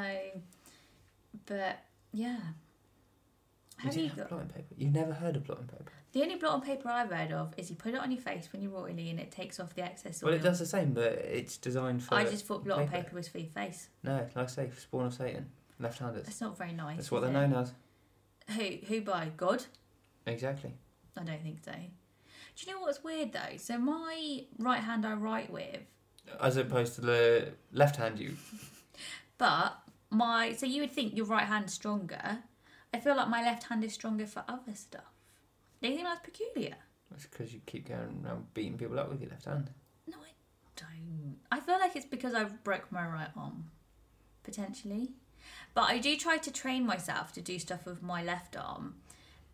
A: but yeah. Have
B: you
A: you
B: didn't have
A: got
B: blotting paper? You've never heard of blotting paper?
A: the only blot on paper I've read of is you put it on your face when you're oily and it takes off the excess oil.
B: Well, it does the same, but it's designed for.
A: I just thought blot on
B: paper.
A: paper was for your face.
B: No, like I say, spawn of Satan, left-handers.
A: That's not very nice.
B: That's what
A: is
B: they're
A: it?
B: known as.
A: Who who by God?
B: Exactly.
A: I don't think so. Do you know what's weird though? So my right hand I write with,
B: As opposed to the left hand, you.
A: but my so you would think your right hand's stronger. I feel like my left hand is stronger for other stuff. Do you think that's peculiar?
B: It's because you keep going around beating people up with your left hand.
A: No, I don't. I feel like it's because I've broke my right arm, potentially. But I do try to train myself to do stuff with my left arm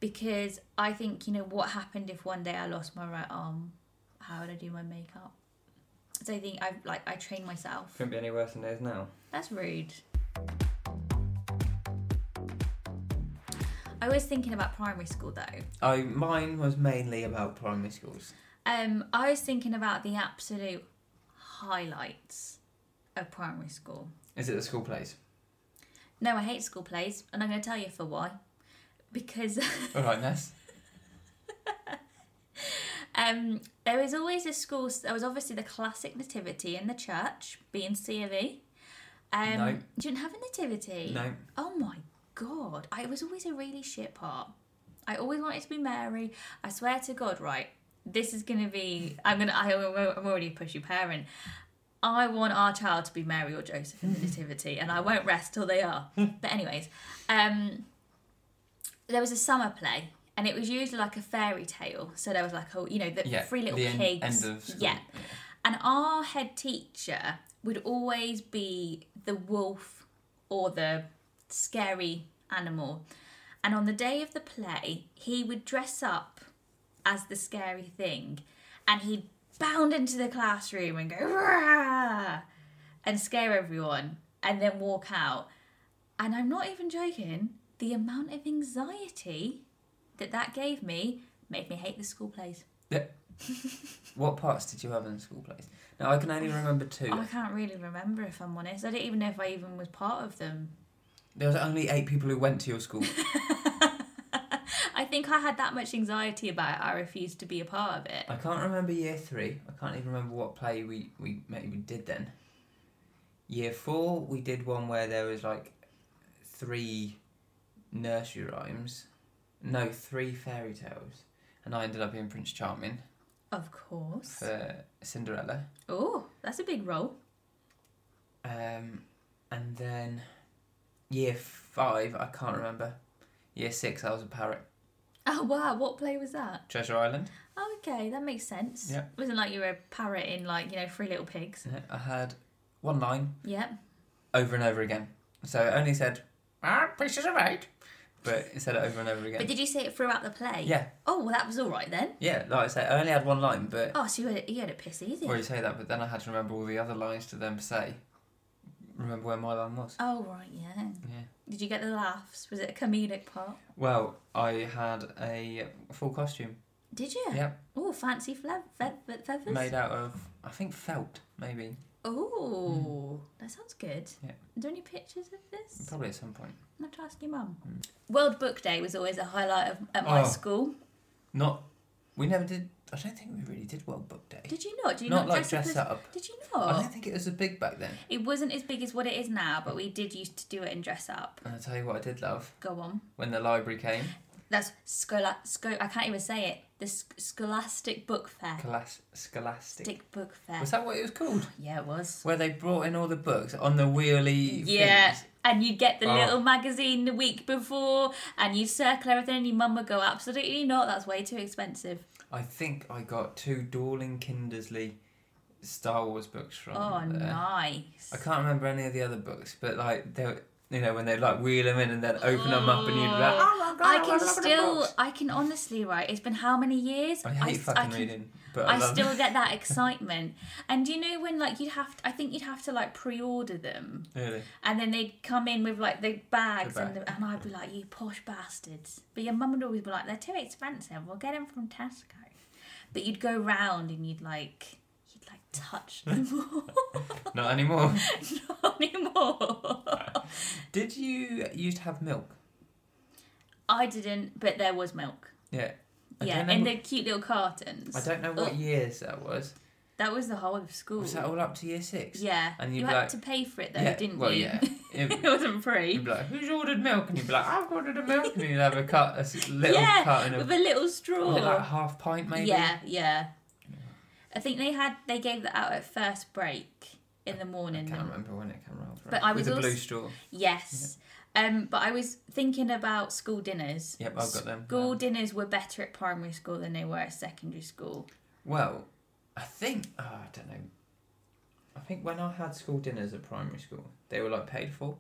A: because I think, you know, what happened if one day I lost my right arm? How would I do my makeup? So I think I've like I trained myself.
B: Couldn't be any worse than theirs now.
A: That's rude. I was thinking about primary school though.
B: I mine was mainly about primary schools.
A: Um, I was thinking about the absolute highlights of primary school.
B: Is it the school plays?
A: No, I hate school plays, and I'm going to tell you for why. Because
B: All right, Ness.
A: um, there was always a school. There was obviously the classic nativity in the church, being C of E. Um,
B: No.
A: You didn't have a nativity.
B: No.
A: Oh my god! I was always a really shit part. I always wanted to be Mary. I swear to God, right? This is gonna be. I'm gonna. I, I'm already a pushy parent. I want our child to be Mary or Joseph in the Nativity, and I won't rest till they are.
B: Hmm.
A: but anyways, um, there was a summer play, and it was usually like a fairy tale. So there was like a, you know, the
B: Yeah,
A: three little
B: the end-
A: pigs.
B: end of school.
A: Yeah, and our head teacher would always be the wolf or the scary animal. And on the day of the play, he would dress up as the scary thing and he'd bound into the classroom and go, Rah! and scare everyone and then walk out. And I'm not even joking, the amount of anxiety that that gave me made me hate the school plays.
B: What parts did you have in the school plays? Now I can only remember two.
A: I can't really remember if I'm honest. I don't even know if I even was part of them.
B: There was only eight people who went to your school.
A: I think I had that much anxiety about it, I refused to be a part of it.
B: I can't remember year three. I can't even remember what play we we maybe did then. Year four, we did one where there was like three nursery rhymes, no, three fairy tales, and I ended up being Prince Charming
A: Of course.
B: for Cinderella.
A: Oh, that's a big role.
B: Um, and then year five, I can't remember. Year six, I was a parrot.
A: Oh wow, what play was that?
B: Treasure Island.
A: Oh, okay, that makes sense.
B: Yeah.
A: It wasn't like you were a parrot in like, you know, Three Little Pigs.
B: I had one line
A: Yep.
B: over and over again. So it only said, ah, pieces of eight. But it said it over and over again.
A: But did you say it throughout the play?
B: Yeah,
A: Oh well that was alright then.
B: yeah. Like I say, I only had one line, but
A: Oh, so you had, you had it piss easy.
B: well, you say that, but then I had to remember all the other lines to then say. Remember where my line was?
A: Oh right, yeah.
B: Yeah.
A: Did you get the laughs? Was it a comedic part?
B: Well, I had a full costume
A: Did you?
B: Yeah.
A: Oh, fancy fle- fe- fe- feathers.
B: made out of, I think, felt maybe,
A: Oh, that sounds good.
B: Mm. Yeah. Mm.
A: Are there any pictures of this?
B: probably at some point.
A: I'm have to ask your mum. World Book Day was always a highlight of, at my
B: Mm. Oh.
A: school.
B: Not. We never did. I don't think we really did World Book Day.
A: Did you not? Did you
B: not,
A: not,
B: like
A: dress,
B: dress
A: up?
B: up.
A: as- Did you
B: I
A: not?
B: don't think it was a big back then.
A: It wasn't as big as what it is now, but we did used to do it in dress up.
B: And I tell you what, I did love
A: Go on.
B: when the library came.
A: That's scola sco- I can't even say it. The sc- Scholastic Book Fair.
B: Colas- Scholastic.
A: Scholastic Book Fair.
B: Was that what it was called?
A: Yeah, it was.
B: Where they brought in all the books on the wheelie.
A: Yeah,
B: things.
A: and you'd get the
B: Oh.
A: little magazine the week before, and you'd circle everything, and your mum would go, "Absolutely not! That's way too expensive."
B: I think I got two Dawling Kindersley Star Wars books from.
A: Oh,
B: there.
A: nice.
B: I can't remember any of the other books, but like they, were- you know, when they'd like wheel them in and then open them up and you'd be like,
A: Oh.
B: oh my god,
A: I
B: I've
A: can
B: got a lot of
A: still,
B: books."
A: I can honestly, right? It's been how many years?
B: I hate
A: s-
B: fucking
A: can-
B: reading, but I,
A: I
B: love
A: still get that excitement. And do you know when, like, you'd have to, I think you'd have to, like, pre order them.
B: Really.
A: And then they'd come in with, like, the bags,
B: The
A: and, the, and I'd be like, you posh bastards. But your mum would always be like, they're too expensive. We'll get them from Tesco. But you'd go round and you'd, like, you'd, like, touch them all.
B: Not anymore.
A: Not anymore.
B: Did you used to have milk?
A: I didn't, but there was milk.
B: Yeah. I
A: yeah,
B: don't know
A: in
B: what-
A: the cute little cartons.
B: I don't know what
A: Ugh.
B: years that was.
A: That was the whole of school.
B: Was that all up to year six?
A: Yeah.
B: And
A: you
B: you'd be
A: had
B: like-
A: to pay for it though,
B: yeah.
A: didn't
B: well,
A: you?
B: yeah.
A: it
B: It-
A: wasn't
B: You'd
A: free.
B: be like, who's ordered milk? And you'd be like, I've ordered a milk. And you'd have a, cut, a s- little
A: yeah,
B: carton of
A: with a little straw.
B: was it like a half pint maybe?
A: Yeah, yeah. I think they had they gave that out at first break in the
B: I
A: morning.
B: can't remember when it came around.
A: But I was
B: With a blue
A: also-
B: straw.
A: Yes. Um, but I was thinking about school dinners.
B: Yep, I've got them.
A: School dinners were better at primary school than they were at secondary school.
B: Well, I think oh, I don't know. I think when I had school dinners at primary school, they were like paid for.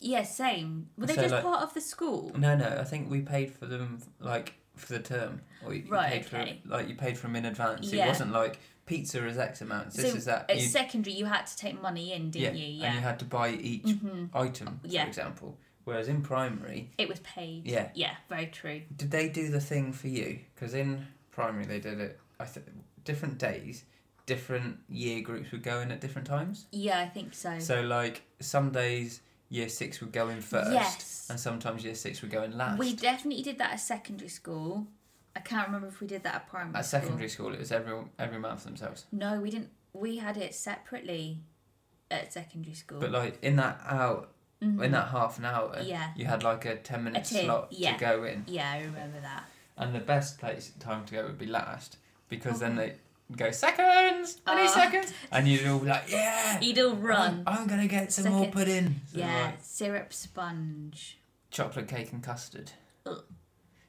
A: Yeah, same. Were they
B: So,
A: just
B: like-
A: part of the school?
B: No, no, I think we paid for them like for the term, or you, you
A: Right,
B: paid
A: okay.
B: for like you paid for them in advance.
A: Yeah.
B: It wasn't like pizza is X amount. This
A: So
B: is that.
A: At
B: You,
A: secondary, you had to take money in, didn't you?
B: and
A: Yeah.
B: you had to buy each
A: hmm
B: item, for
A: Yeah.
B: example. Whereas in primary,
A: It was paid.
B: Yeah.
A: Yeah, very true.
B: did they do the thing for you? Because in primary they did it. I th- different days, different year groups would go in at different times.
A: Yeah, I think so.
B: So like some days year six would go in first,
A: Yes.
B: and sometimes year six would go in last.
A: We definitely did that at secondary school. I can't remember if we did that at primary
B: at
A: school.
B: secondary school, it was every every man for themselves.
A: No, we didn't. We had it separately at secondary school.
B: But like in that hour,
A: Mhm.
B: in that half an hour,
A: Yeah.
B: you had like a ten minute
A: tin,
B: slot
A: yeah.
B: to go in,
A: Yeah, I remember that.
B: and the best place time to go would be last because then
A: Okay.
B: they go seconds, twenty
A: Oh.
B: seconds, and you'd all be like, yeah,
A: You'd all run.
B: I'm, I'm gonna get some more
A: Second.
B: pudding. So,
A: yeah,
B: like,
A: syrup sponge.
B: chocolate cake and custard.
A: Ugh.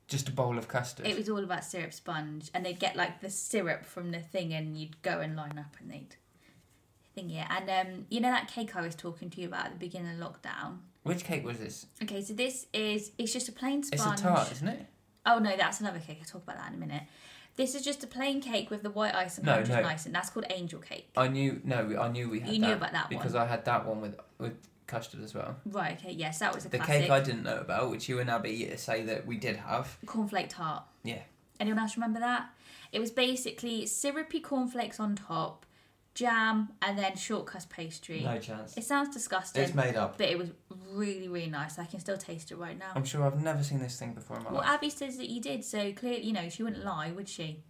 B: Just a bowl of custard.
A: It was all about syrup sponge, and they'd get like the syrup from the thing, and you'd go and line up, and they'd thing it. And um, you know that cake I was talking to you about at the beginning of lockdown.
B: Which cake was this?
A: Okay, so this is it's just a plain
B: It's
A: sponge.
B: a tart, isn't it?
A: Oh no, that's another cake. I'll talk about that in a minute. This is just a plain cake with the white icing,
B: No,
A: orange
B: no.
A: icing. That's called angel cake.
B: I knew. No, I knew we had.
A: You
B: that
A: knew about that one.
B: because I had that one with with custard as well.
A: Right. Okay. Yes, that was a
B: The
A: classic
B: cake I didn't know about, which you and Abby say that we did have.
A: cornflake tart.
B: Yeah.
A: Anyone else remember that? It was basically syrupy cornflakes on top, jam, and then shortcrust pastry.
B: chance.
A: It sounds disgusting,
B: It's made up.
A: but it was really, really nice. I can still taste it right now.
B: I'm sure I've never seen this thing before in my
A: Well,
B: life.
A: Abby says that you did, so clearly, you know, she wouldn't lie, would she?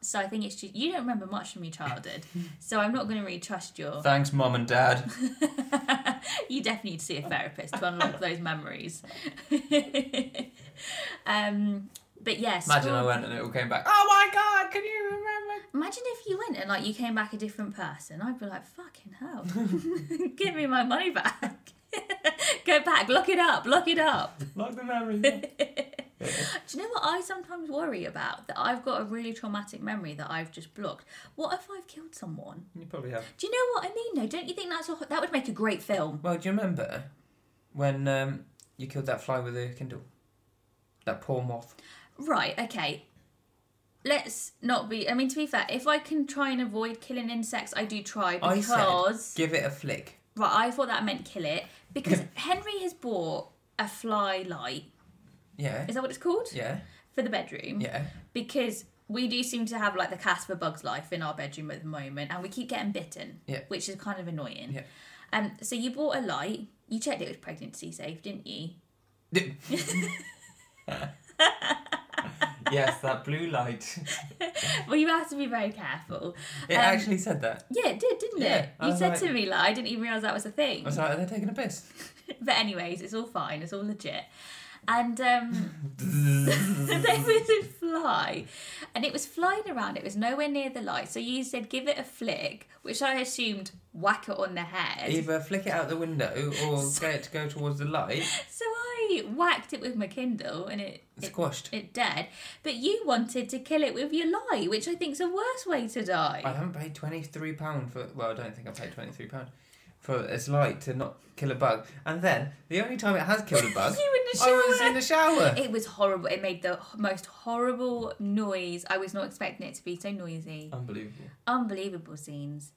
A: So I think it's just you don't remember much from your childhood, so I'm not going to really trust your.
B: Thanks, mum and dad.
A: you definitely need to see a therapist to unlock those memories. um, but yes,
B: Imagine I went and it all came back. Oh my god! Can you remember?
A: Imagine if you went and like you came back a different person. I'd be like, fucking hell, give me my money back. Go back, lock it up, lock it up.
B: Like the memory.
A: Do you know what I sometimes worry about? That I've got a really traumatic memory that I've just blocked. What if I've killed someone?
B: you probably have.
A: Do you know what I mean? Though, don't you think that's a, that would make a great film?
B: Well, do you remember when um, you killed that fly with a Kindle? That poor moth.
A: Right, okay. Let's not be. I mean, to be fair, if I can try and avoid killing insects, I do try
B: I
A: because.
B: said- Give it a flick.
A: Right, I thought that meant kill it because Henry has bought a fly light.
B: Yeah.
A: Is that what it's called?
B: Yeah.
A: For the bedroom.
B: Yeah.
A: Because we do seem to have like the cast for Bug's Life in our bedroom at the moment and we keep getting bitten,
B: Yeah.
A: which is kind of annoying.
B: Yeah.
A: Um, so you bought a light. You checked it was pregnancy safe, didn't you?
B: yes, that blue light.
A: Well, you have to be very careful.
B: It
A: Um,
B: actually said that.
A: Yeah, it did, didn't
B: Yeah,
A: it?
B: I
A: You
B: was
A: said
B: like-
A: to me, like, I didn't even realise that was a thing.
B: I was like, are they taking a piss?
A: But anyways, it's all fine. It's all legit. And um, there was a fly, and it was flying around. It was nowhere near the light. So you said, "Give it a flick," which I assumed whack it on the head.
B: Either flick it out the window or get it to go towards the light.
A: So I whacked it with my Kindle, and it
B: It's
A: it,
B: squashed.
A: it dead. But you wanted to kill it with your lie, which I think's a worse way to die.
B: I haven't paid twenty three pound for. Well, I don't think I paid twenty three pound for its light to not kill a bug. And then the only time it has killed a bug,
A: you in the
B: I
A: shower.
B: was in the shower.
A: It was horrible. It made the most horrible noise. I was not expecting it to be so noisy.
B: Unbelievable.
A: Unbelievable scenes.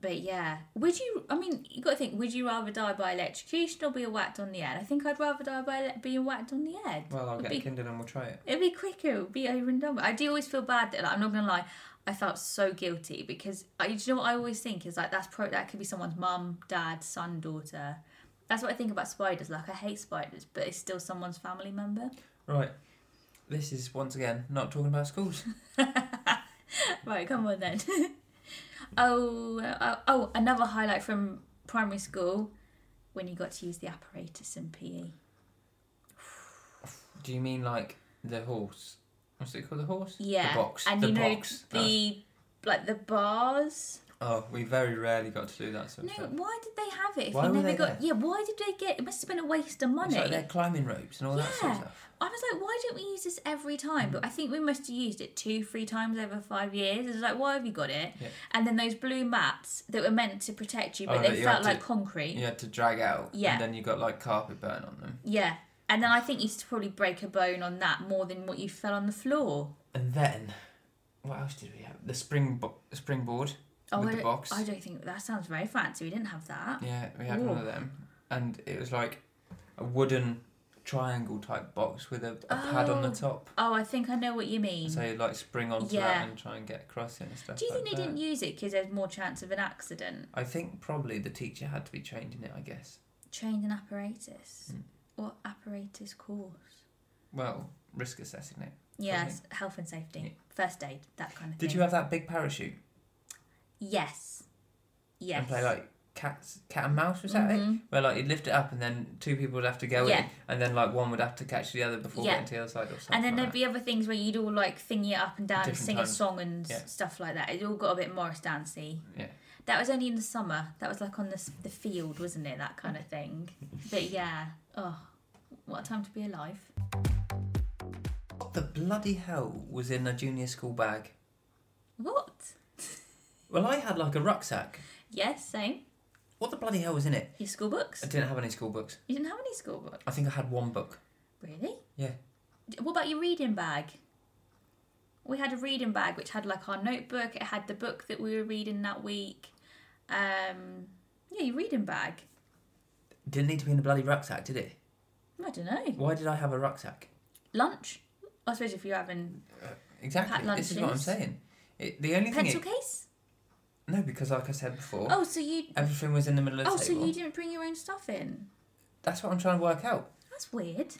A: But yeah, would you? I mean, you got to think. Would you rather die by electrocution or be whacked on the head? I think I'd rather die by ele- being whacked on the head.
B: Well, I'll
A: It'd
B: get
A: be-
B: a Kindle and we'll try it.
A: It'd be quicker. It'd be over and done. with. I do always feel bad. That, like, I'm not gonna lie. I felt so guilty because I, do you know what I always think is like that's pro- that could be someone's mum, dad, son, daughter. That's what I think about spiders. Like I hate spiders, but it's still someone's family member.
B: Right. This is once again not talking about schools.
A: Right, come on then. oh, uh, oh, another highlight from primary school when you got to use the apparatus E. in PE.
B: Do you mean like the horse? What's it called? The horse?
A: Yeah,
B: The box.
A: and
B: the
A: you know
B: box. That's-
A: the like the bars.
B: Oh, we very rarely got to do that sort
A: No,
B: of thing.
A: why did they have it if
E: Why
A: you
E: were
A: never
E: they
A: got? Yeah, why did they get? It must have been a waste of money.
E: It's like their climbing ropes and all that sort of
A: Yeah.
E: stuff.
A: I was like, why don't we use this every time?
B: Mm.
A: But I think we must have used it two, three times over five years. It's like, why have you got it?
B: Yeah.
A: And then those blue mats that were meant to protect you, but
B: Oh, that
A: they
B: you
A: felt
B: had to-
A: like concrete.
B: You had to drag out,
A: Yeah.
B: and then you got like carpet burn on them.
A: Yeah. And then I think you used to probably break a bone on that more than what you fell on the floor.
E: And then
B: What else did we have? The spring bo- springboard with
A: Oh, I
B: the
A: don't,
B: box.
A: I don't think that sounds very fancy. We didn't have that.
B: Yeah, we had one
A: Ooh.
B: of them, and it was like a wooden triangle type box with a, a pad on the
A: Oh.
B: top,
A: Oh, I think I know what you mean.
B: so you'd like spring onto
A: Yeah.
B: that and try and get across it and stuff.
A: Do you think
B: like
A: they
B: that.
A: didn't use it because there's more chance of an accident?
B: I think probably the teacher had to be trained in it. I guess.
A: Trained an apparatus
B: Mm.
A: or apparatus course?
B: Well, risk assessing it.
A: Yes, health and safety,
B: Yeah.
A: first aid, that kind of thing.
B: Did you have that big parachute
A: Yes. Yes.
B: and play like cats, cat and mouse? Was that it?
A: Mhm.
B: Where like you'd lift it up and then two people would have to go
A: Yeah.
B: in, and then like one would have to catch the other before
A: Yeah.
B: getting to the other side or something.
A: And then
B: like
A: there'd be other things where you'd all like thing it up and down and
B: Different
A: sing a
B: times.
A: song and
B: Yeah.
A: s stuff like that. It all got a bit Morris dancey.
B: Yeah.
A: That was only in the summer. That was like on the s- the field, wasn't it? That kind of thing. But yeah. Oh, what a time to be alive.
B: that. what the bloody hell was in a junior school bag?
A: What?
B: Well, I had like a rucksack.
A: Yes, same.
B: What the bloody hell was in it?
A: Your school books?
B: I didn't have any school books.
A: You didn't have any school books.
B: I think I had one book.
A: Really?
B: Yeah.
A: D- What about your reading bag? We had a reading bag which had like our notebook, it had the book that we were reading that week. Um yeah, your reading bag.
B: Didn't need to be in the bloody rucksack, did it?
A: I don't know.
B: Why did I have a rucksack?
A: Lunch? I suppose if you're having
B: Exactly.
A: Packed
B: This is what I'm
A: lunches.
B: saying. It, the only thing.
A: pencil
B: It,
A: case?
B: no, because like I said before,
A: Oh, so you
B: everything was in the middle of the
A: Oh, so
B: table.
A: you didn't bring your own stuff in.
B: That's what I'm trying to work out.
A: That's weird.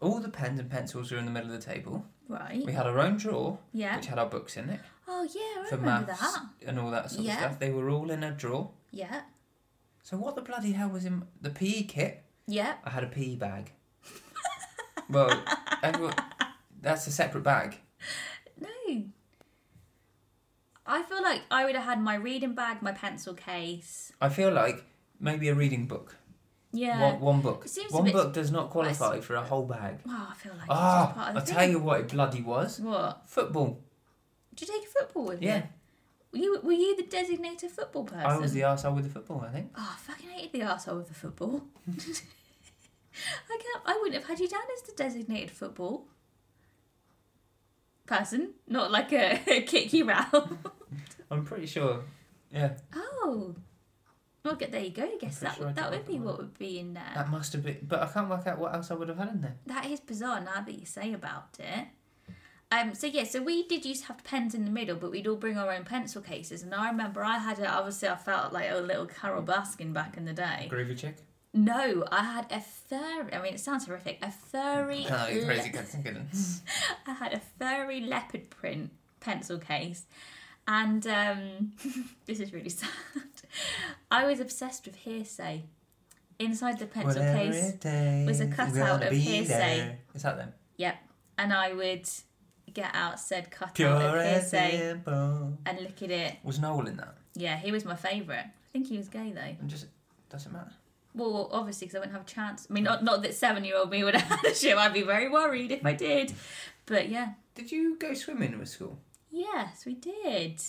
B: All the pens and pencils were in the middle of the table.
A: Right.
B: We had our own drawer,
A: Yeah.
B: which had our books in it
A: Oh yeah, I
B: for
A: remember
B: maths
A: that.
B: and all that sort
A: Yeah.
B: of stuff. They were all in a drawer.
A: Yeah.
B: So what the bloody hell was in the PE kit?
A: Yeah.
B: I had a pee bag. well, everyone, that's a separate bag.
A: No. I feel like I would have had my reading bag, my pencil case.
B: I feel like maybe a reading book.
A: Yeah.
B: One, one book.
A: It seems a
B: one
A: bit-
B: book does not qualify for a whole bag.
A: Oh, I feel like it's
B: Ah,
A: part of the
B: I'll
A: thing.
B: tell you what it bloody was.
A: What?
B: Football.
A: Did you take a football with
B: Yeah.
A: you? You were you the designated football person?
B: I was the arsehole with the football, I think.
A: Oh, I fucking hated the arsehole with the football. I can't. I wouldn't have had you down as the designated football person, not like a, a kick you out.
B: I'm pretty sure. Yeah.
A: oh. Well, get- there you go. I guess
B: pretty
A: that
B: sure I
A: would that
B: did
A: would be
B: have
A: what would be in there.
B: That must have been. But I can't work out what else I would have had in there.
A: That is bizarre now that you say about it. Um, so yeah, so we did used to have pens in the middle, but we'd all bring our own pencil cases. And I remember I had a, obviously I felt like a little Carol Baskin back in the day.
B: Groovy chick.
A: No, I had a furry. I mean, it sounds horrific. A furry.
B: Oh, you're
A: le-
B: crazy. Good, good.
A: I had a furry leopard print pencil case, and um, this is really sad. I was obsessed with hearsay. Inside the pencil
B: Whatever
A: case,
B: it takes,
A: was a
B: we're
A: cutout
B: gonna
A: of
B: be
A: hearsay.
B: there. Is that them?
A: and I would get out said cutout
B: Pure
A: of
B: as
A: hearsay.
B: simple.
A: and look at it.
B: Was Noel in that?
A: Yeah, he was my favourite. I think he was gay though.
B: It just doesn't matter.
A: Well, obviously, because I wouldn't have a chance. I mean, not not that seven year old me would have had a show. I'd be very worried if I did. But yeah,
B: Did you go swimming with school?
A: yes, we did.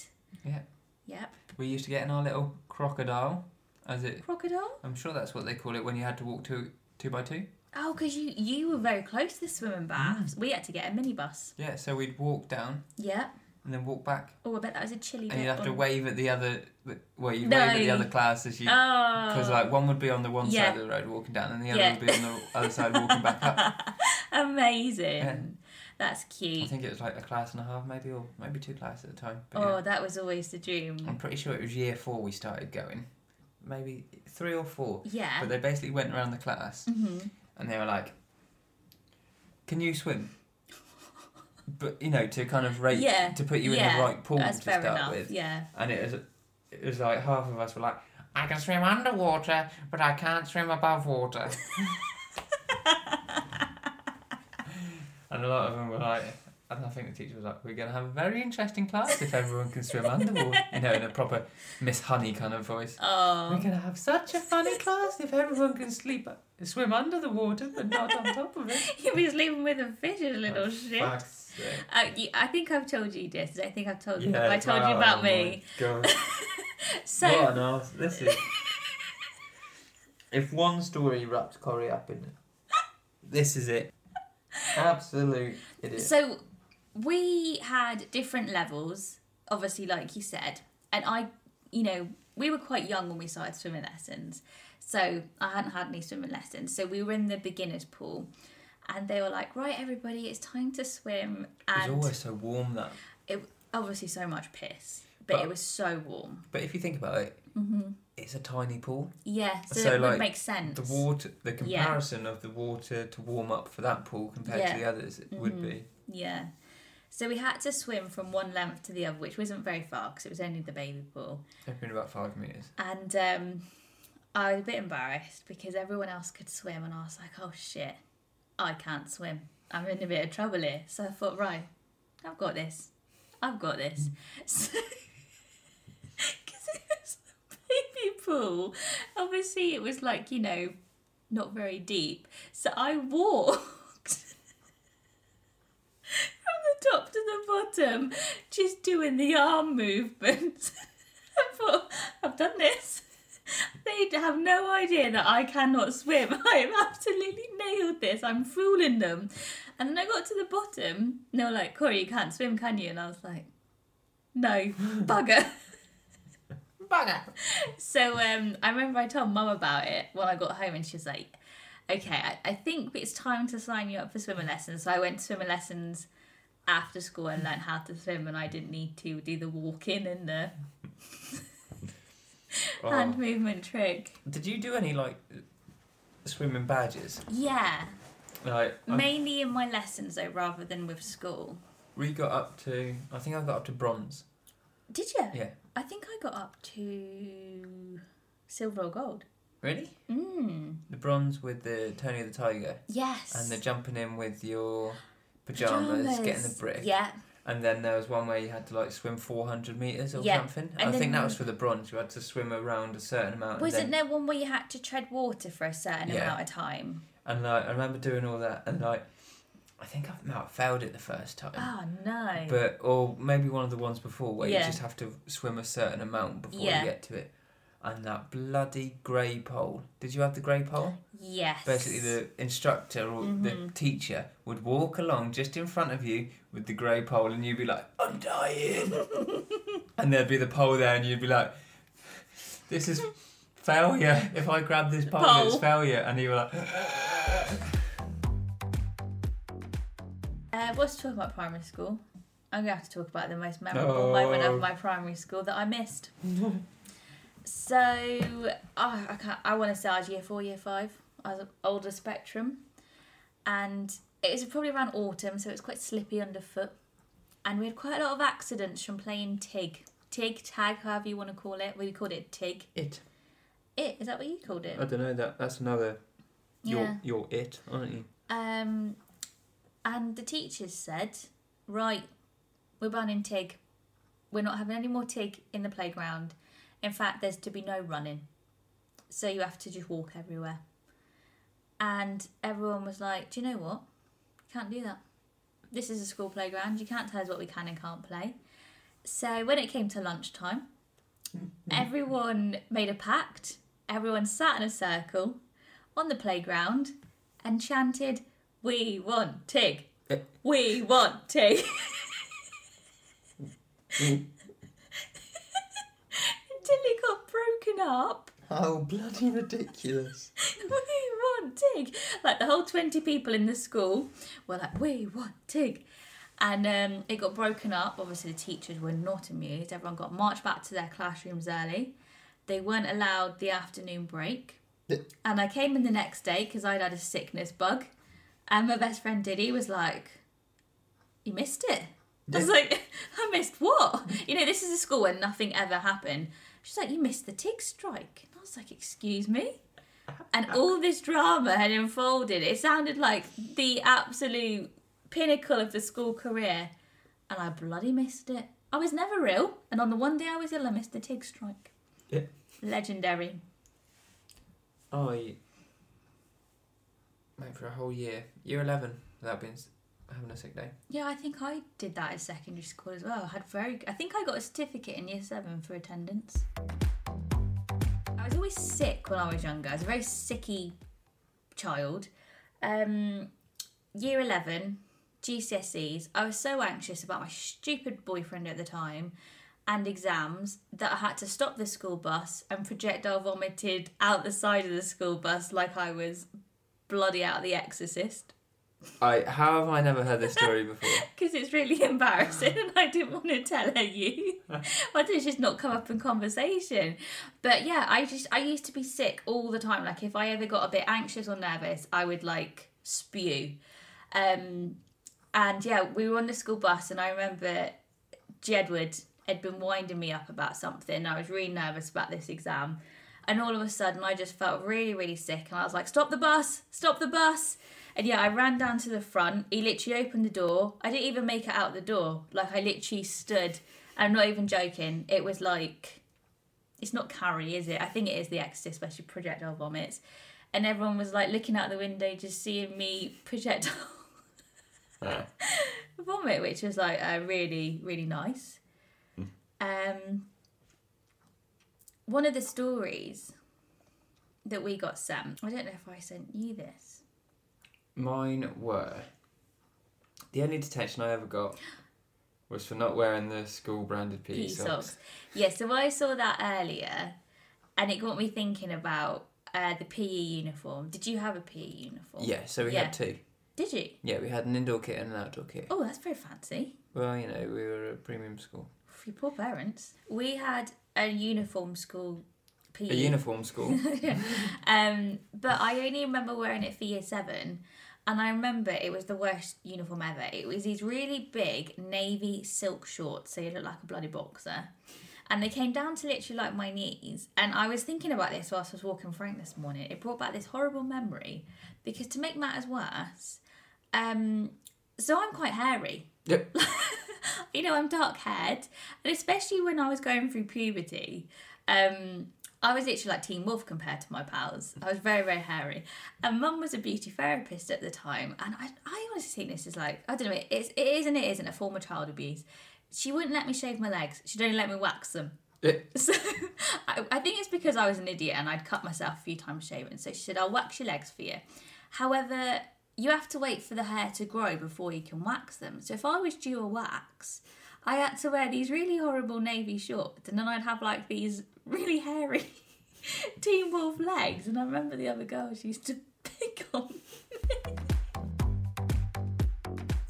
B: Yeah.
A: Yep.
B: We used to get in our little crocodile, as it.
A: Crocodile.
B: I'm sure that's what they call it when you had to walk two two by two.
A: Oh, because you you were very close to the swimming baths.
B: Mm.
A: We had to get a minibus.
B: Yeah. So we'd walk down
A: Yeah.
B: and then walk back,
A: Oh, I bet that was a chilly.
B: and
A: bit
B: you'd have to
A: on-
B: wave at the other. Well, you would
A: No.
B: wave at the other class as you.
A: Oh.
B: Because like one would be on the one
A: Yeah.
B: side of the road walking down, and the other
A: Yeah.
B: would be on the other side walking back up.
A: Amazing.
B: Yeah.
A: That's
B: I
A: cute.
B: think it was like a class and a half, maybe or maybe two classes at a time. But
A: Oh,
B: yeah.
A: that was always the dream.
B: I'm pretty sure it was year four we started going, maybe three or four.
A: Yeah.
B: But they basically went around the class
A: hmm
B: and they were like, "Can you swim?" But you know, to kind of rate,
A: Yeah,
B: to put you in
A: yeah,
B: the right pool
A: That's
B: to
A: fair
B: start
A: enough.
B: with.
A: Yeah.
B: And it was, it was like half of us were like, "I can swim underwater, but I can't swim above water." and a lot of them were like, And I think the teacher was like, "We're going to have a very interesting class if everyone can swim underwater." You know, in a proper Miss Honey kind of voice. We're
A: Oh,
B: going to have such a funny class if everyone can sleep, uh, swim under the water, but not on top of it.
A: he was leaving with a fish, you little
B: For
A: shit. Uh,
B: fuck's sake.
A: you, I think I've told you this. I think I've told you.
B: Yeah,
A: I told you
B: oh
A: about
B: my
A: me.
B: God.
A: So
B: what an arse. This is. if one story wraps Corey up in it, this is it. Absolute idiot.
A: So we had different levels, obviously, like you said. And I, you know, we were quite young when we started swimming lessons. So I hadn't had any swimming lessons. So we were in the beginner's pool. And they were like, right, everybody, it's time to swim.
B: It's
A: And
B: always so warm that.
A: obviously, so much piss, but,
B: But-
A: it was so warm.
B: But if you think about it,
A: hmm
B: it's a tiny pool.
A: Yeah, so,
B: So,
A: it
B: like,
A: would make sense.
B: The water, the comparison of the water to warm up for that pool compared
A: Yeah. Mm-hmm.
B: to the others it would be.
A: Yeah. So we had to swim from one length to the other, which wasn't very far because it was only the baby pool.
B: It's been about five meters.
A: And um, I was a bit embarrassed because everyone else could swim, and I was like, oh shit, I can't swim. I'm in a bit of trouble here. So I thought, right, I've got this. I've got this. Because it was a baby pool. Obviously, it was like, you know, not very deep. So I walked from the top to the bottom, just doing the arm movements. I thought, I've done this. They have no idea that I cannot swim. I have absolutely nailed this. I'm fooling them. And then I got to the bottom. And they were like, Corey, you can't swim, can you? And I was like, no, bugger.
B: Bugger!
A: So um, I remember I told mum about it when I got home, and she was like, "Okay, I, I think it's time to sign you up for swimming lessons." So I went to swimming lessons after school and learned how to swim, and I didn't need to do the walking and the
B: Oh.
A: hand movement trick.
B: Did you do any like swimming badges?
A: Yeah,
B: Like
A: Um,
B: I-
A: mainly in my lessons though, rather than with school.
B: we got up to, I think I got up to bronze.
A: Did you?
B: Yeah.
A: I think I got up to silver or gold.
B: Really?
A: Mm.
B: The bronze with the Tony the Tiger.
A: Yes.
B: and the jumping in with your pajamas, getting the brick.
A: Yeah.
B: And then there was one where you had to like swim 400 meters or
A: Yeah,
B: something.
A: and
B: I think that
A: then-
B: was for the bronze. You had to swim around a certain amount. and,
A: Wasn't there
B: then-
A: one where you had to tread water for a certain
B: Yeah.
A: amount of time?
B: and like, I remember doing all that, and like, I think I no, I failed it the first time.
A: Oh no.
B: But or maybe one of the ones before where you
A: Yeah.
B: just have to swim a certain amount before
A: Yeah.
B: you get to it. And that bloody grey pole. Did you have the grey pole?
A: yes.
B: basically the instructor or the
A: Mhm.
B: teacher would walk along just in front of you with the grey pole and you'd be like, I'm dying. and there'd be the pole there and you'd be like, this is failure. If I grab this pole, it's
A: Pole.
B: failure. And you were like,
A: Uh, what's talking about primary school? I'm gonna have to talk about the most memorable
B: Oh.
A: moment of my primary school that I missed. so oh, I can't. I want to say I was year four, year five. I was older spectrum, and it was probably around autumn, so it was quite slippy underfoot, and we had quite a lot of accidents from playing tig, tig tag, however you want to call it. We called it tig.
B: it.
A: It is that what you called it?
B: I don't know, that that's another.
A: yeah.
B: You're, you're it, aren't you?
A: Um, and the teachers said, right, we're banning TIG. We're not having any more TIG in the playground. In fact, there's to be no running. So you have to just walk everywhere. And everyone was like, do you know what? Can't do that. This is a school playground. You can't tell us what we can and can't play. So when it came to lunchtime, everyone made a pact. Everyone sat in a circle on the playground and chanted, We want Tig. We want Tig. Until it got broken up.
B: Oh, bloody ridiculous.
A: We want Tig. Like the whole 20 people in the school were like, We want Tig. And um, it got broken up. Obviously, the teachers were not amused. Everyone got marched back to their classrooms early. They weren't allowed the afternoon break. And I came in the next day because I'd had a sickness bug. And my best friend Diddy was like, You missed it. I was like, I missed what? You know, this is a school where nothing ever happened. She's like, You missed the TIG strike. And I was like, Excuse me? And all this drama had unfolded. It sounded like the absolute pinnacle of the school career, and I bloody missed it. I was never ill, and on the one day I was ill, I missed the TIG strike.
D: Yeah.
A: Legendary.
B: I went Oh, for a whole year, year eleven, without being s- having a sick day.
A: Yeah, I think I did that at secondary school as well. I had very, I think I got a certificate in year seven for attendance. I was always sick when I was younger. I was a very sicky child. Um, year eleven, GCSEs. I was so anxious about my stupid boyfriend at the time and exams that I had to stop the school bus and projectile vomited out the side of the school bus like I was bloody out of The Exorcist.
B: I how have I never heard this story before?
A: because it's really embarrassing and I didn't want to tell her you. I did just not come up in conversation. But yeah, I just I used to be sick all the time. Like if I ever got a bit anxious or nervous, I would like spew. Um and yeah, we were on the school bus and I remember Jedward had been winding me up about something. I was really nervous about this exam. And all of a sudden, I just felt really, really sick. And I was like, stop the bus, stop the bus. And yeah, I ran down to the front. He literally opened the door. I didn't even make it out the door. Like, I literally stood. I'm not even joking. It was like, it's not Carrie, is it? I think it is the Exorcist, where she projectile vomits. And everyone was like looking out the window, just seeing me projectile vomit, which was like uh, really, really nice. Um, one of the stories that we got sent, I don't know if I sent you this.
B: Mine were the only detention I ever got was for not wearing the school branded PE,
A: pea
B: socks.
A: E socks. Yeah, so I saw that earlier, and it got me thinking about uh, the PE uniform. Did you have a PE uniform?
B: Yeah, so we
A: Yeah.
B: had two.
A: Did you?
B: Yeah, we had an indoor kit and an outdoor kit.
A: Oh, that's very fancy.
B: Well, you know, we were a premium school.
A: For your poor parents. We had a uniform school E PE.
B: A uniform school.
A: um, but I only remember wearing it for year seven, and I remember it was the worst uniform ever. It was these really big navy silk shorts, so you look like a bloody boxer. And they came down to literally like my knees. And I was thinking about this whilst I was walking Frank this morning. It brought back this horrible memory because to make matters worse, um, so I'm quite hairy.
B: Yep.
A: you know, I'm dark haired, and especially when I was going through puberty, um, I was literally like Teen Wolf compared to my pals. I was very, very hairy. And mum was a beauty therapist at the time, and I, I honestly think this is like, I don't know, it's, it is and it isn't a form of child abuse. She wouldn't let me shave my legs, she'd only let me wax them.
B: Yeah.
A: So I, I think it's because I was an idiot and I'd cut myself a few times shaving. So she said, I'll wax your legs for you. However, you have to wait for the hair to grow before you can wax them. So if I was due a wax, I had to wear these really horrible navy shorts and then I'd have like these really hairy Teen Wolf legs. And I remember the other girls used to pick on me.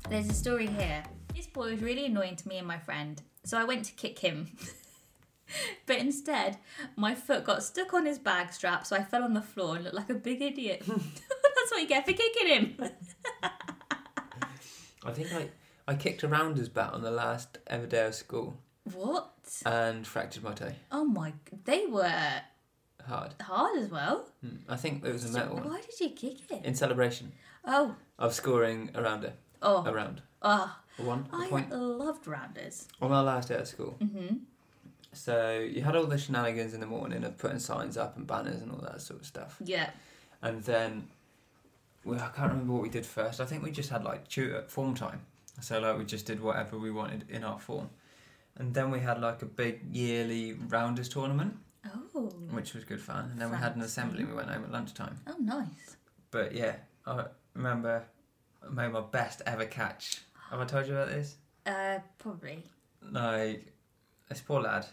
A: There's a story here. This boy was really annoying to me and my friend, so I went to kick him. But instead, my foot got stuck on his bag strap, so I fell on the floor and looked like a big idiot. That's what you get for kicking him.
B: I think I, I kicked a rounder's bat on the last ever day of school
A: What?
B: and fractured my toe
A: Oh my! They were
B: hard.
A: hard as well.
B: Mm, I think it was a
A: So
B: metal one.
A: why did you kick it?
B: In celebration
A: Oh,
B: of scoring a rounder.
A: oh,
B: A round.
A: oh!
B: A one. A
A: I
B: point.
A: loved rounders.
B: On our last day of school.
A: Mm-hmm.
B: So you had all the shenanigans in the morning of putting signs up and banners and all that sort of stuff.
A: Yeah.
B: And then, well, I can't remember what we did first. I think we just had like tutor form time. So like we just did whatever we wanted in our form. And then we had like a big yearly rounders tournament,
A: Oh.
B: which was good fun. And then we had an assembly and we went home at lunchtime.
A: Oh, nice.
B: But yeah, I remember I made my best ever catch. Have I told you about this?
A: Uh, probably.
B: like this poor lad,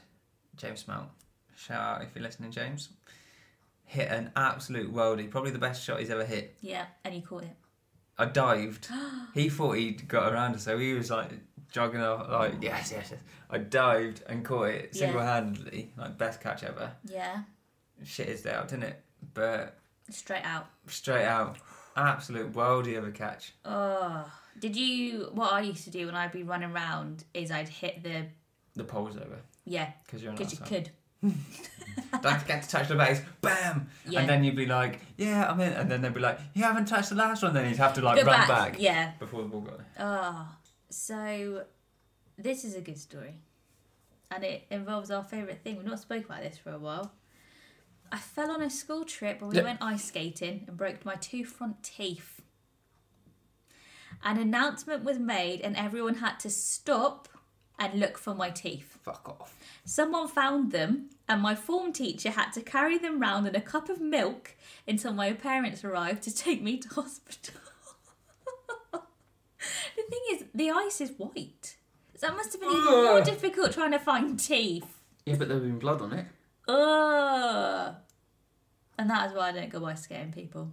B: James Mount. Shout out if you're listening, James. Hit an absolute worldie, probably the best shot he's ever hit.
A: Yeah, and you caught it.
B: I dived. he thought he'd got around us, so he was like jogging off, like yes, yes, yes. I dived and caught it
A: Yeah.
B: single-handedly, like best catch ever.
A: Yeah,
B: Shit is out, didn't it? But
A: straight out.
B: straight out, absolute worldie of a catch.
A: Oh. Did you? What I used to do when I'd be running round is I'd hit the
B: The pole's over
A: yeah
B: because you're on
A: because you
B: outside.
A: could.
B: Don't forget to touch the base. Bam!
A: Yeah.
B: And then you'd be like, yeah, I'm in. And then they'd be like, you haven't touched the last one. Then you'd have to like
A: Go
B: run
A: back.
B: back.
A: Yeah.
B: before the ball got there.
A: Oh, so this is a good story. And it involves our favourite thing. We've not spoke about this for a while. I fell on a school trip when we
D: Yeah.
A: went ice skating and broke my two front teeth. An announcement was made and everyone had to stop and look for my teeth.
B: Fuck off.
A: Someone found them and my form teacher had to carry them round in a cup of milk until my parents arrived to take me to hospital. the thing is, the ice is white. So that must have been even more
D: Ugh.
A: difficult trying to find teeth.
D: Yeah, but there would been blood on it.
A: Ugh. And that is why I don't go ice skating, people.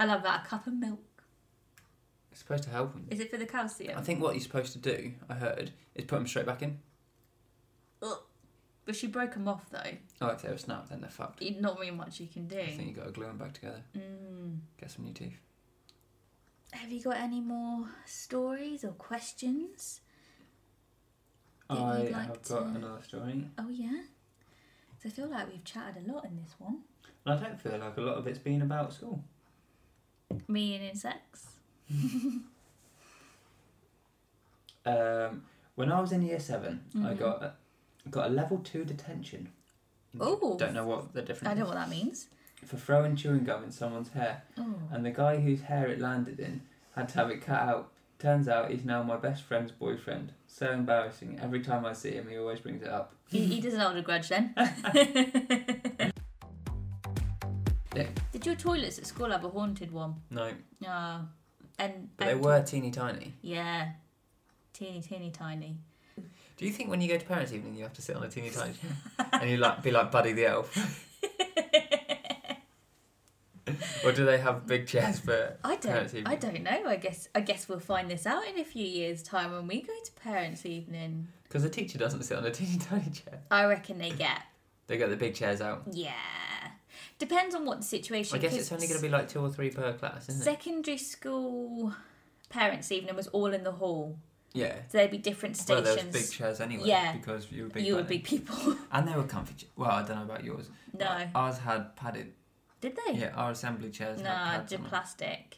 A: I love that. A cup of milk.
D: It's supposed to help them.
A: Is it for the
D: I
A: calcium?
D: think what you're supposed to do, I heard, is put them straight back in.
A: But she broke them off, though.
D: Oh, if they were snapped, then they're fucked.
A: Not really much you can do.
D: I think you got to glue them back together.
A: Mm.
D: Get some new teeth.
A: Have you got any more stories or questions? That
D: I
A: you'd like
D: have got
A: to-
D: another story.
A: Oh yeah. So I feel like we've chatted a lot in this one.
D: And I don't feel like a lot of it's been about school.
A: Me and insects.
D: Um, when I was in year 7 I
A: Mhm.
D: got a, got a level two detention.
A: Ooh.
D: Don't know what the difference.
A: I don't know
D: is.
A: what that means.
D: For throwing chewing gum in someone's hair,
A: Oh.
B: Uh,
D: and the guy whose hair it landed in had to have it cut out. Turns out he's now my best friend's boyfriend. So embarrassing. Every time I see him, he always brings it up.
A: he, he doesn't hold a grudge then. Did your toilets at school have a haunted one?
D: No,
A: No. And
B: But they
A: and-
B: were teeny tiny.
A: Yeah. Teeny, teeny, tiny.
B: Do you think when you go to parents' evening you have to sit on a teeny tiny and you like be like Buddy the Elf? or do they have big chairs for
A: I
B: Parents'
A: don't. I don't know. I guess. I guess we'll find this out in a few years' time when we go to parents' evening.
B: because the teacher doesn't sit on a teeny tiny chair.
A: I reckon they get
B: They got the big chairs out.
A: Yeah. Depends on what the situation.
B: I guess
A: 'cause
B: it's only going to be like two or three per class, isn't it?
A: Secondary school parents' evening was all in the hall.
B: Yeah.
A: So there'd be different
B: Well,
A: stations.
B: there was big chairs anyway
A: Yeah.
B: because you were big.
A: you were
B: back then.
A: big people.
B: And they were comfy. Cha- well, I don't know about yours.
A: no.
B: Ours had padded.
A: Did they?
B: Yeah, our assembly chairs had
A: No,
B: pads.
A: just
B: on them.
A: plastic.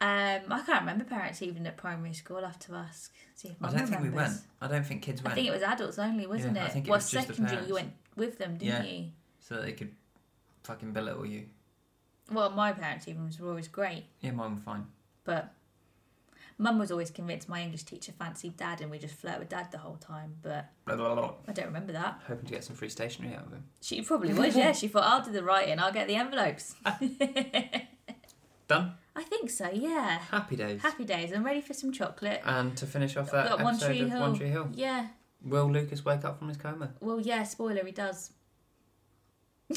A: Um, I can't remember parents' evening at primary school. I'll have to ask. See if
B: Oh, I
A: mum
B: don't think we
A: remembers.
B: went. I don't think kids
A: I
B: went
A: think it was adults only, wasn't
B: Yeah,
A: it?
B: I think it
A: well,
B: was just the
A: secondary, you went
B: parents.
A: with them, didn't you?
B: so that they could fucking belittle you.
A: Well, my parents' evenings were always great,
B: Yeah, mine were fine.
A: but mum was always convinced my English teacher fancied dad, and we just flirt with dad the whole time. But
B: Blah, blah, blah.
A: I don't remember that.
B: Hoping to get some free stationery out of him.
A: She probably was, yeah. She thought, I'll do the writing, I'll get the envelopes.
B: Done.
A: I think so, yeah.
B: Happy days.
A: Happy days. I'm ready for some chocolate.
B: And to finish off that
A: Got One
B: episode
A: Tree
B: of
A: Hill.
B: One Tree Hill,
A: Yeah.
B: will Lucas wake up from his coma?
A: Well, yeah, spoiler, he does.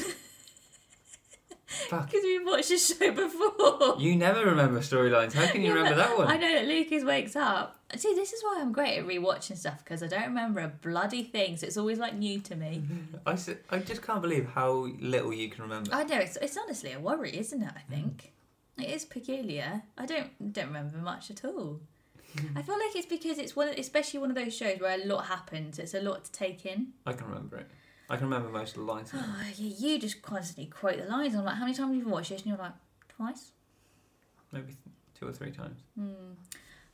B: Fuck.
A: Because we watched the show before.
B: You never remember storylines. How can you
A: Oh. Yeah,
B: remember
A: but
B: that one?
A: I know that Lucas wakes up. See, this is why I'm great at rewatching stuff because I don't remember a bloody thing, so it's always like new to me.
B: I, s- I just can't believe how little you can remember.
A: I know it's, it's honestly a worry, isn't it?
B: Mm.
A: I think it is peculiar. I don't don't remember much at all. I feel like it's because it's one, especially one of those shows where a lot happens. It's a lot to take in.
B: I can remember it. I can remember most of the lines. now.
A: Oh, yeah, you just constantly quote the lines. I'm like, how many times have you watched this? And you're like, twice.
B: Maybe two or three times.
A: Hmm.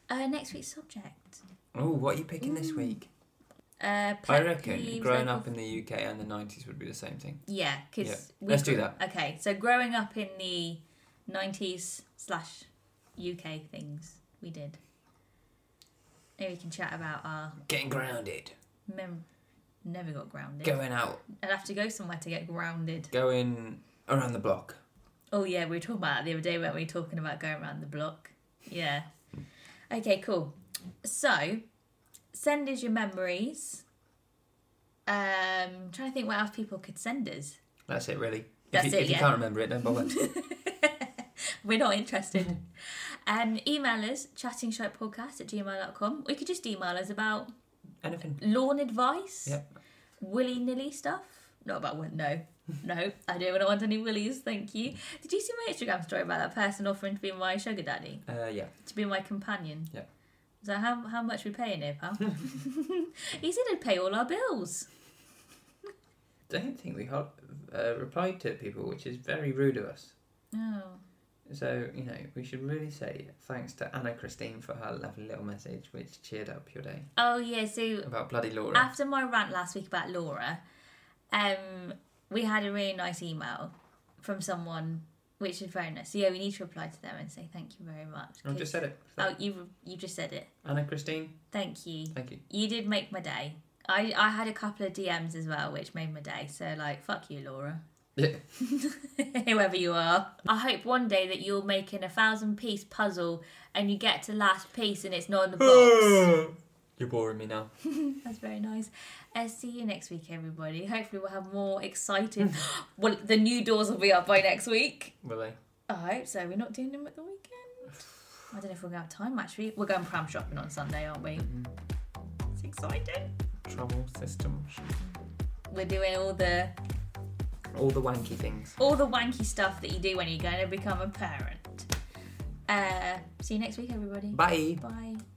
A: Uh, next week's subject.
B: Oh, what are you picking this week?
A: Uh,
B: I
A: pet
B: reckon
A: peeves,
B: growing
A: local-
B: up in the UK and the 90s would be the same thing.
A: Yeah,
B: Yeah,
A: because
B: let's do that.
A: Okay, so growing up in the '90s slash UK things we did. Maybe we can chat about our
B: Getting grounded,
A: mem. Never got grounded.
B: going out,
A: I'd have to go somewhere to get grounded.
B: going around the block.
A: Oh yeah, we were talking about that the other day, weren't we? Talking about going around the block. Yeah. Okay, cool. So, send us your memories. Um, trying to think what else people could send us.
B: That's it, really.
A: That's
B: if you,
A: it,
B: if you
A: yeah.
B: can't remember it, don't bother.
A: We're not interested. um, email us, chattingshitepodcast at gmail.com. We could just email us about
B: Anything.
A: lawn advice,
B: Yep.
A: willy nilly stuff. Not about one, no. No, I don't want any willies, thank you. Did you see my Instagram story about that person offering to be my sugar daddy?
B: Uh, yeah.
A: To be my companion?
B: Yeah.
A: So how, how much we paying here, pal? he said he'd pay all our bills.
B: don't think we hol- uh, replied to people, which is very rude of us.
A: Oh,
B: So, you know, we should really say thanks to Anna Christine for her lovely little message, which cheered up your day
A: oh yeah. So
B: about bloody Laura.
A: after my rant last week about Laura, um, we had a really nice email from someone which is very nice. So yeah, we need to reply to them and say thank you very much.
B: I've just
A: 'cause-
B: said it.
A: Oh, you you just said it.
B: Anna Christine,
A: Thank you.
B: thank you.
A: You did make my day. I, I had a couple of DMs as well, which made my day. So, like, fuck you, Laura.
B: Yeah.
A: Whoever you are. I hope one day that you're making a thousand piece puzzle and you get to last piece and it's not in the box.
B: You're boring me now.
A: That's very nice. Uh, see you next week, everybody. Hopefully, we'll have more exciting. well, the new doors will be up by next week.
B: Will they?
A: I hope so. We're not doing them at the weekend. I don't know if we'll go out of time, actually. We're going pram shopping on Sunday, aren't we? It's exciting.
B: Trouble systems.
A: We're doing all the
B: All the wanky things.
A: all the wanky stuff that you do when you're going to become a parent. Uh, see you next week, everybody.
B: Bye.
A: Bye.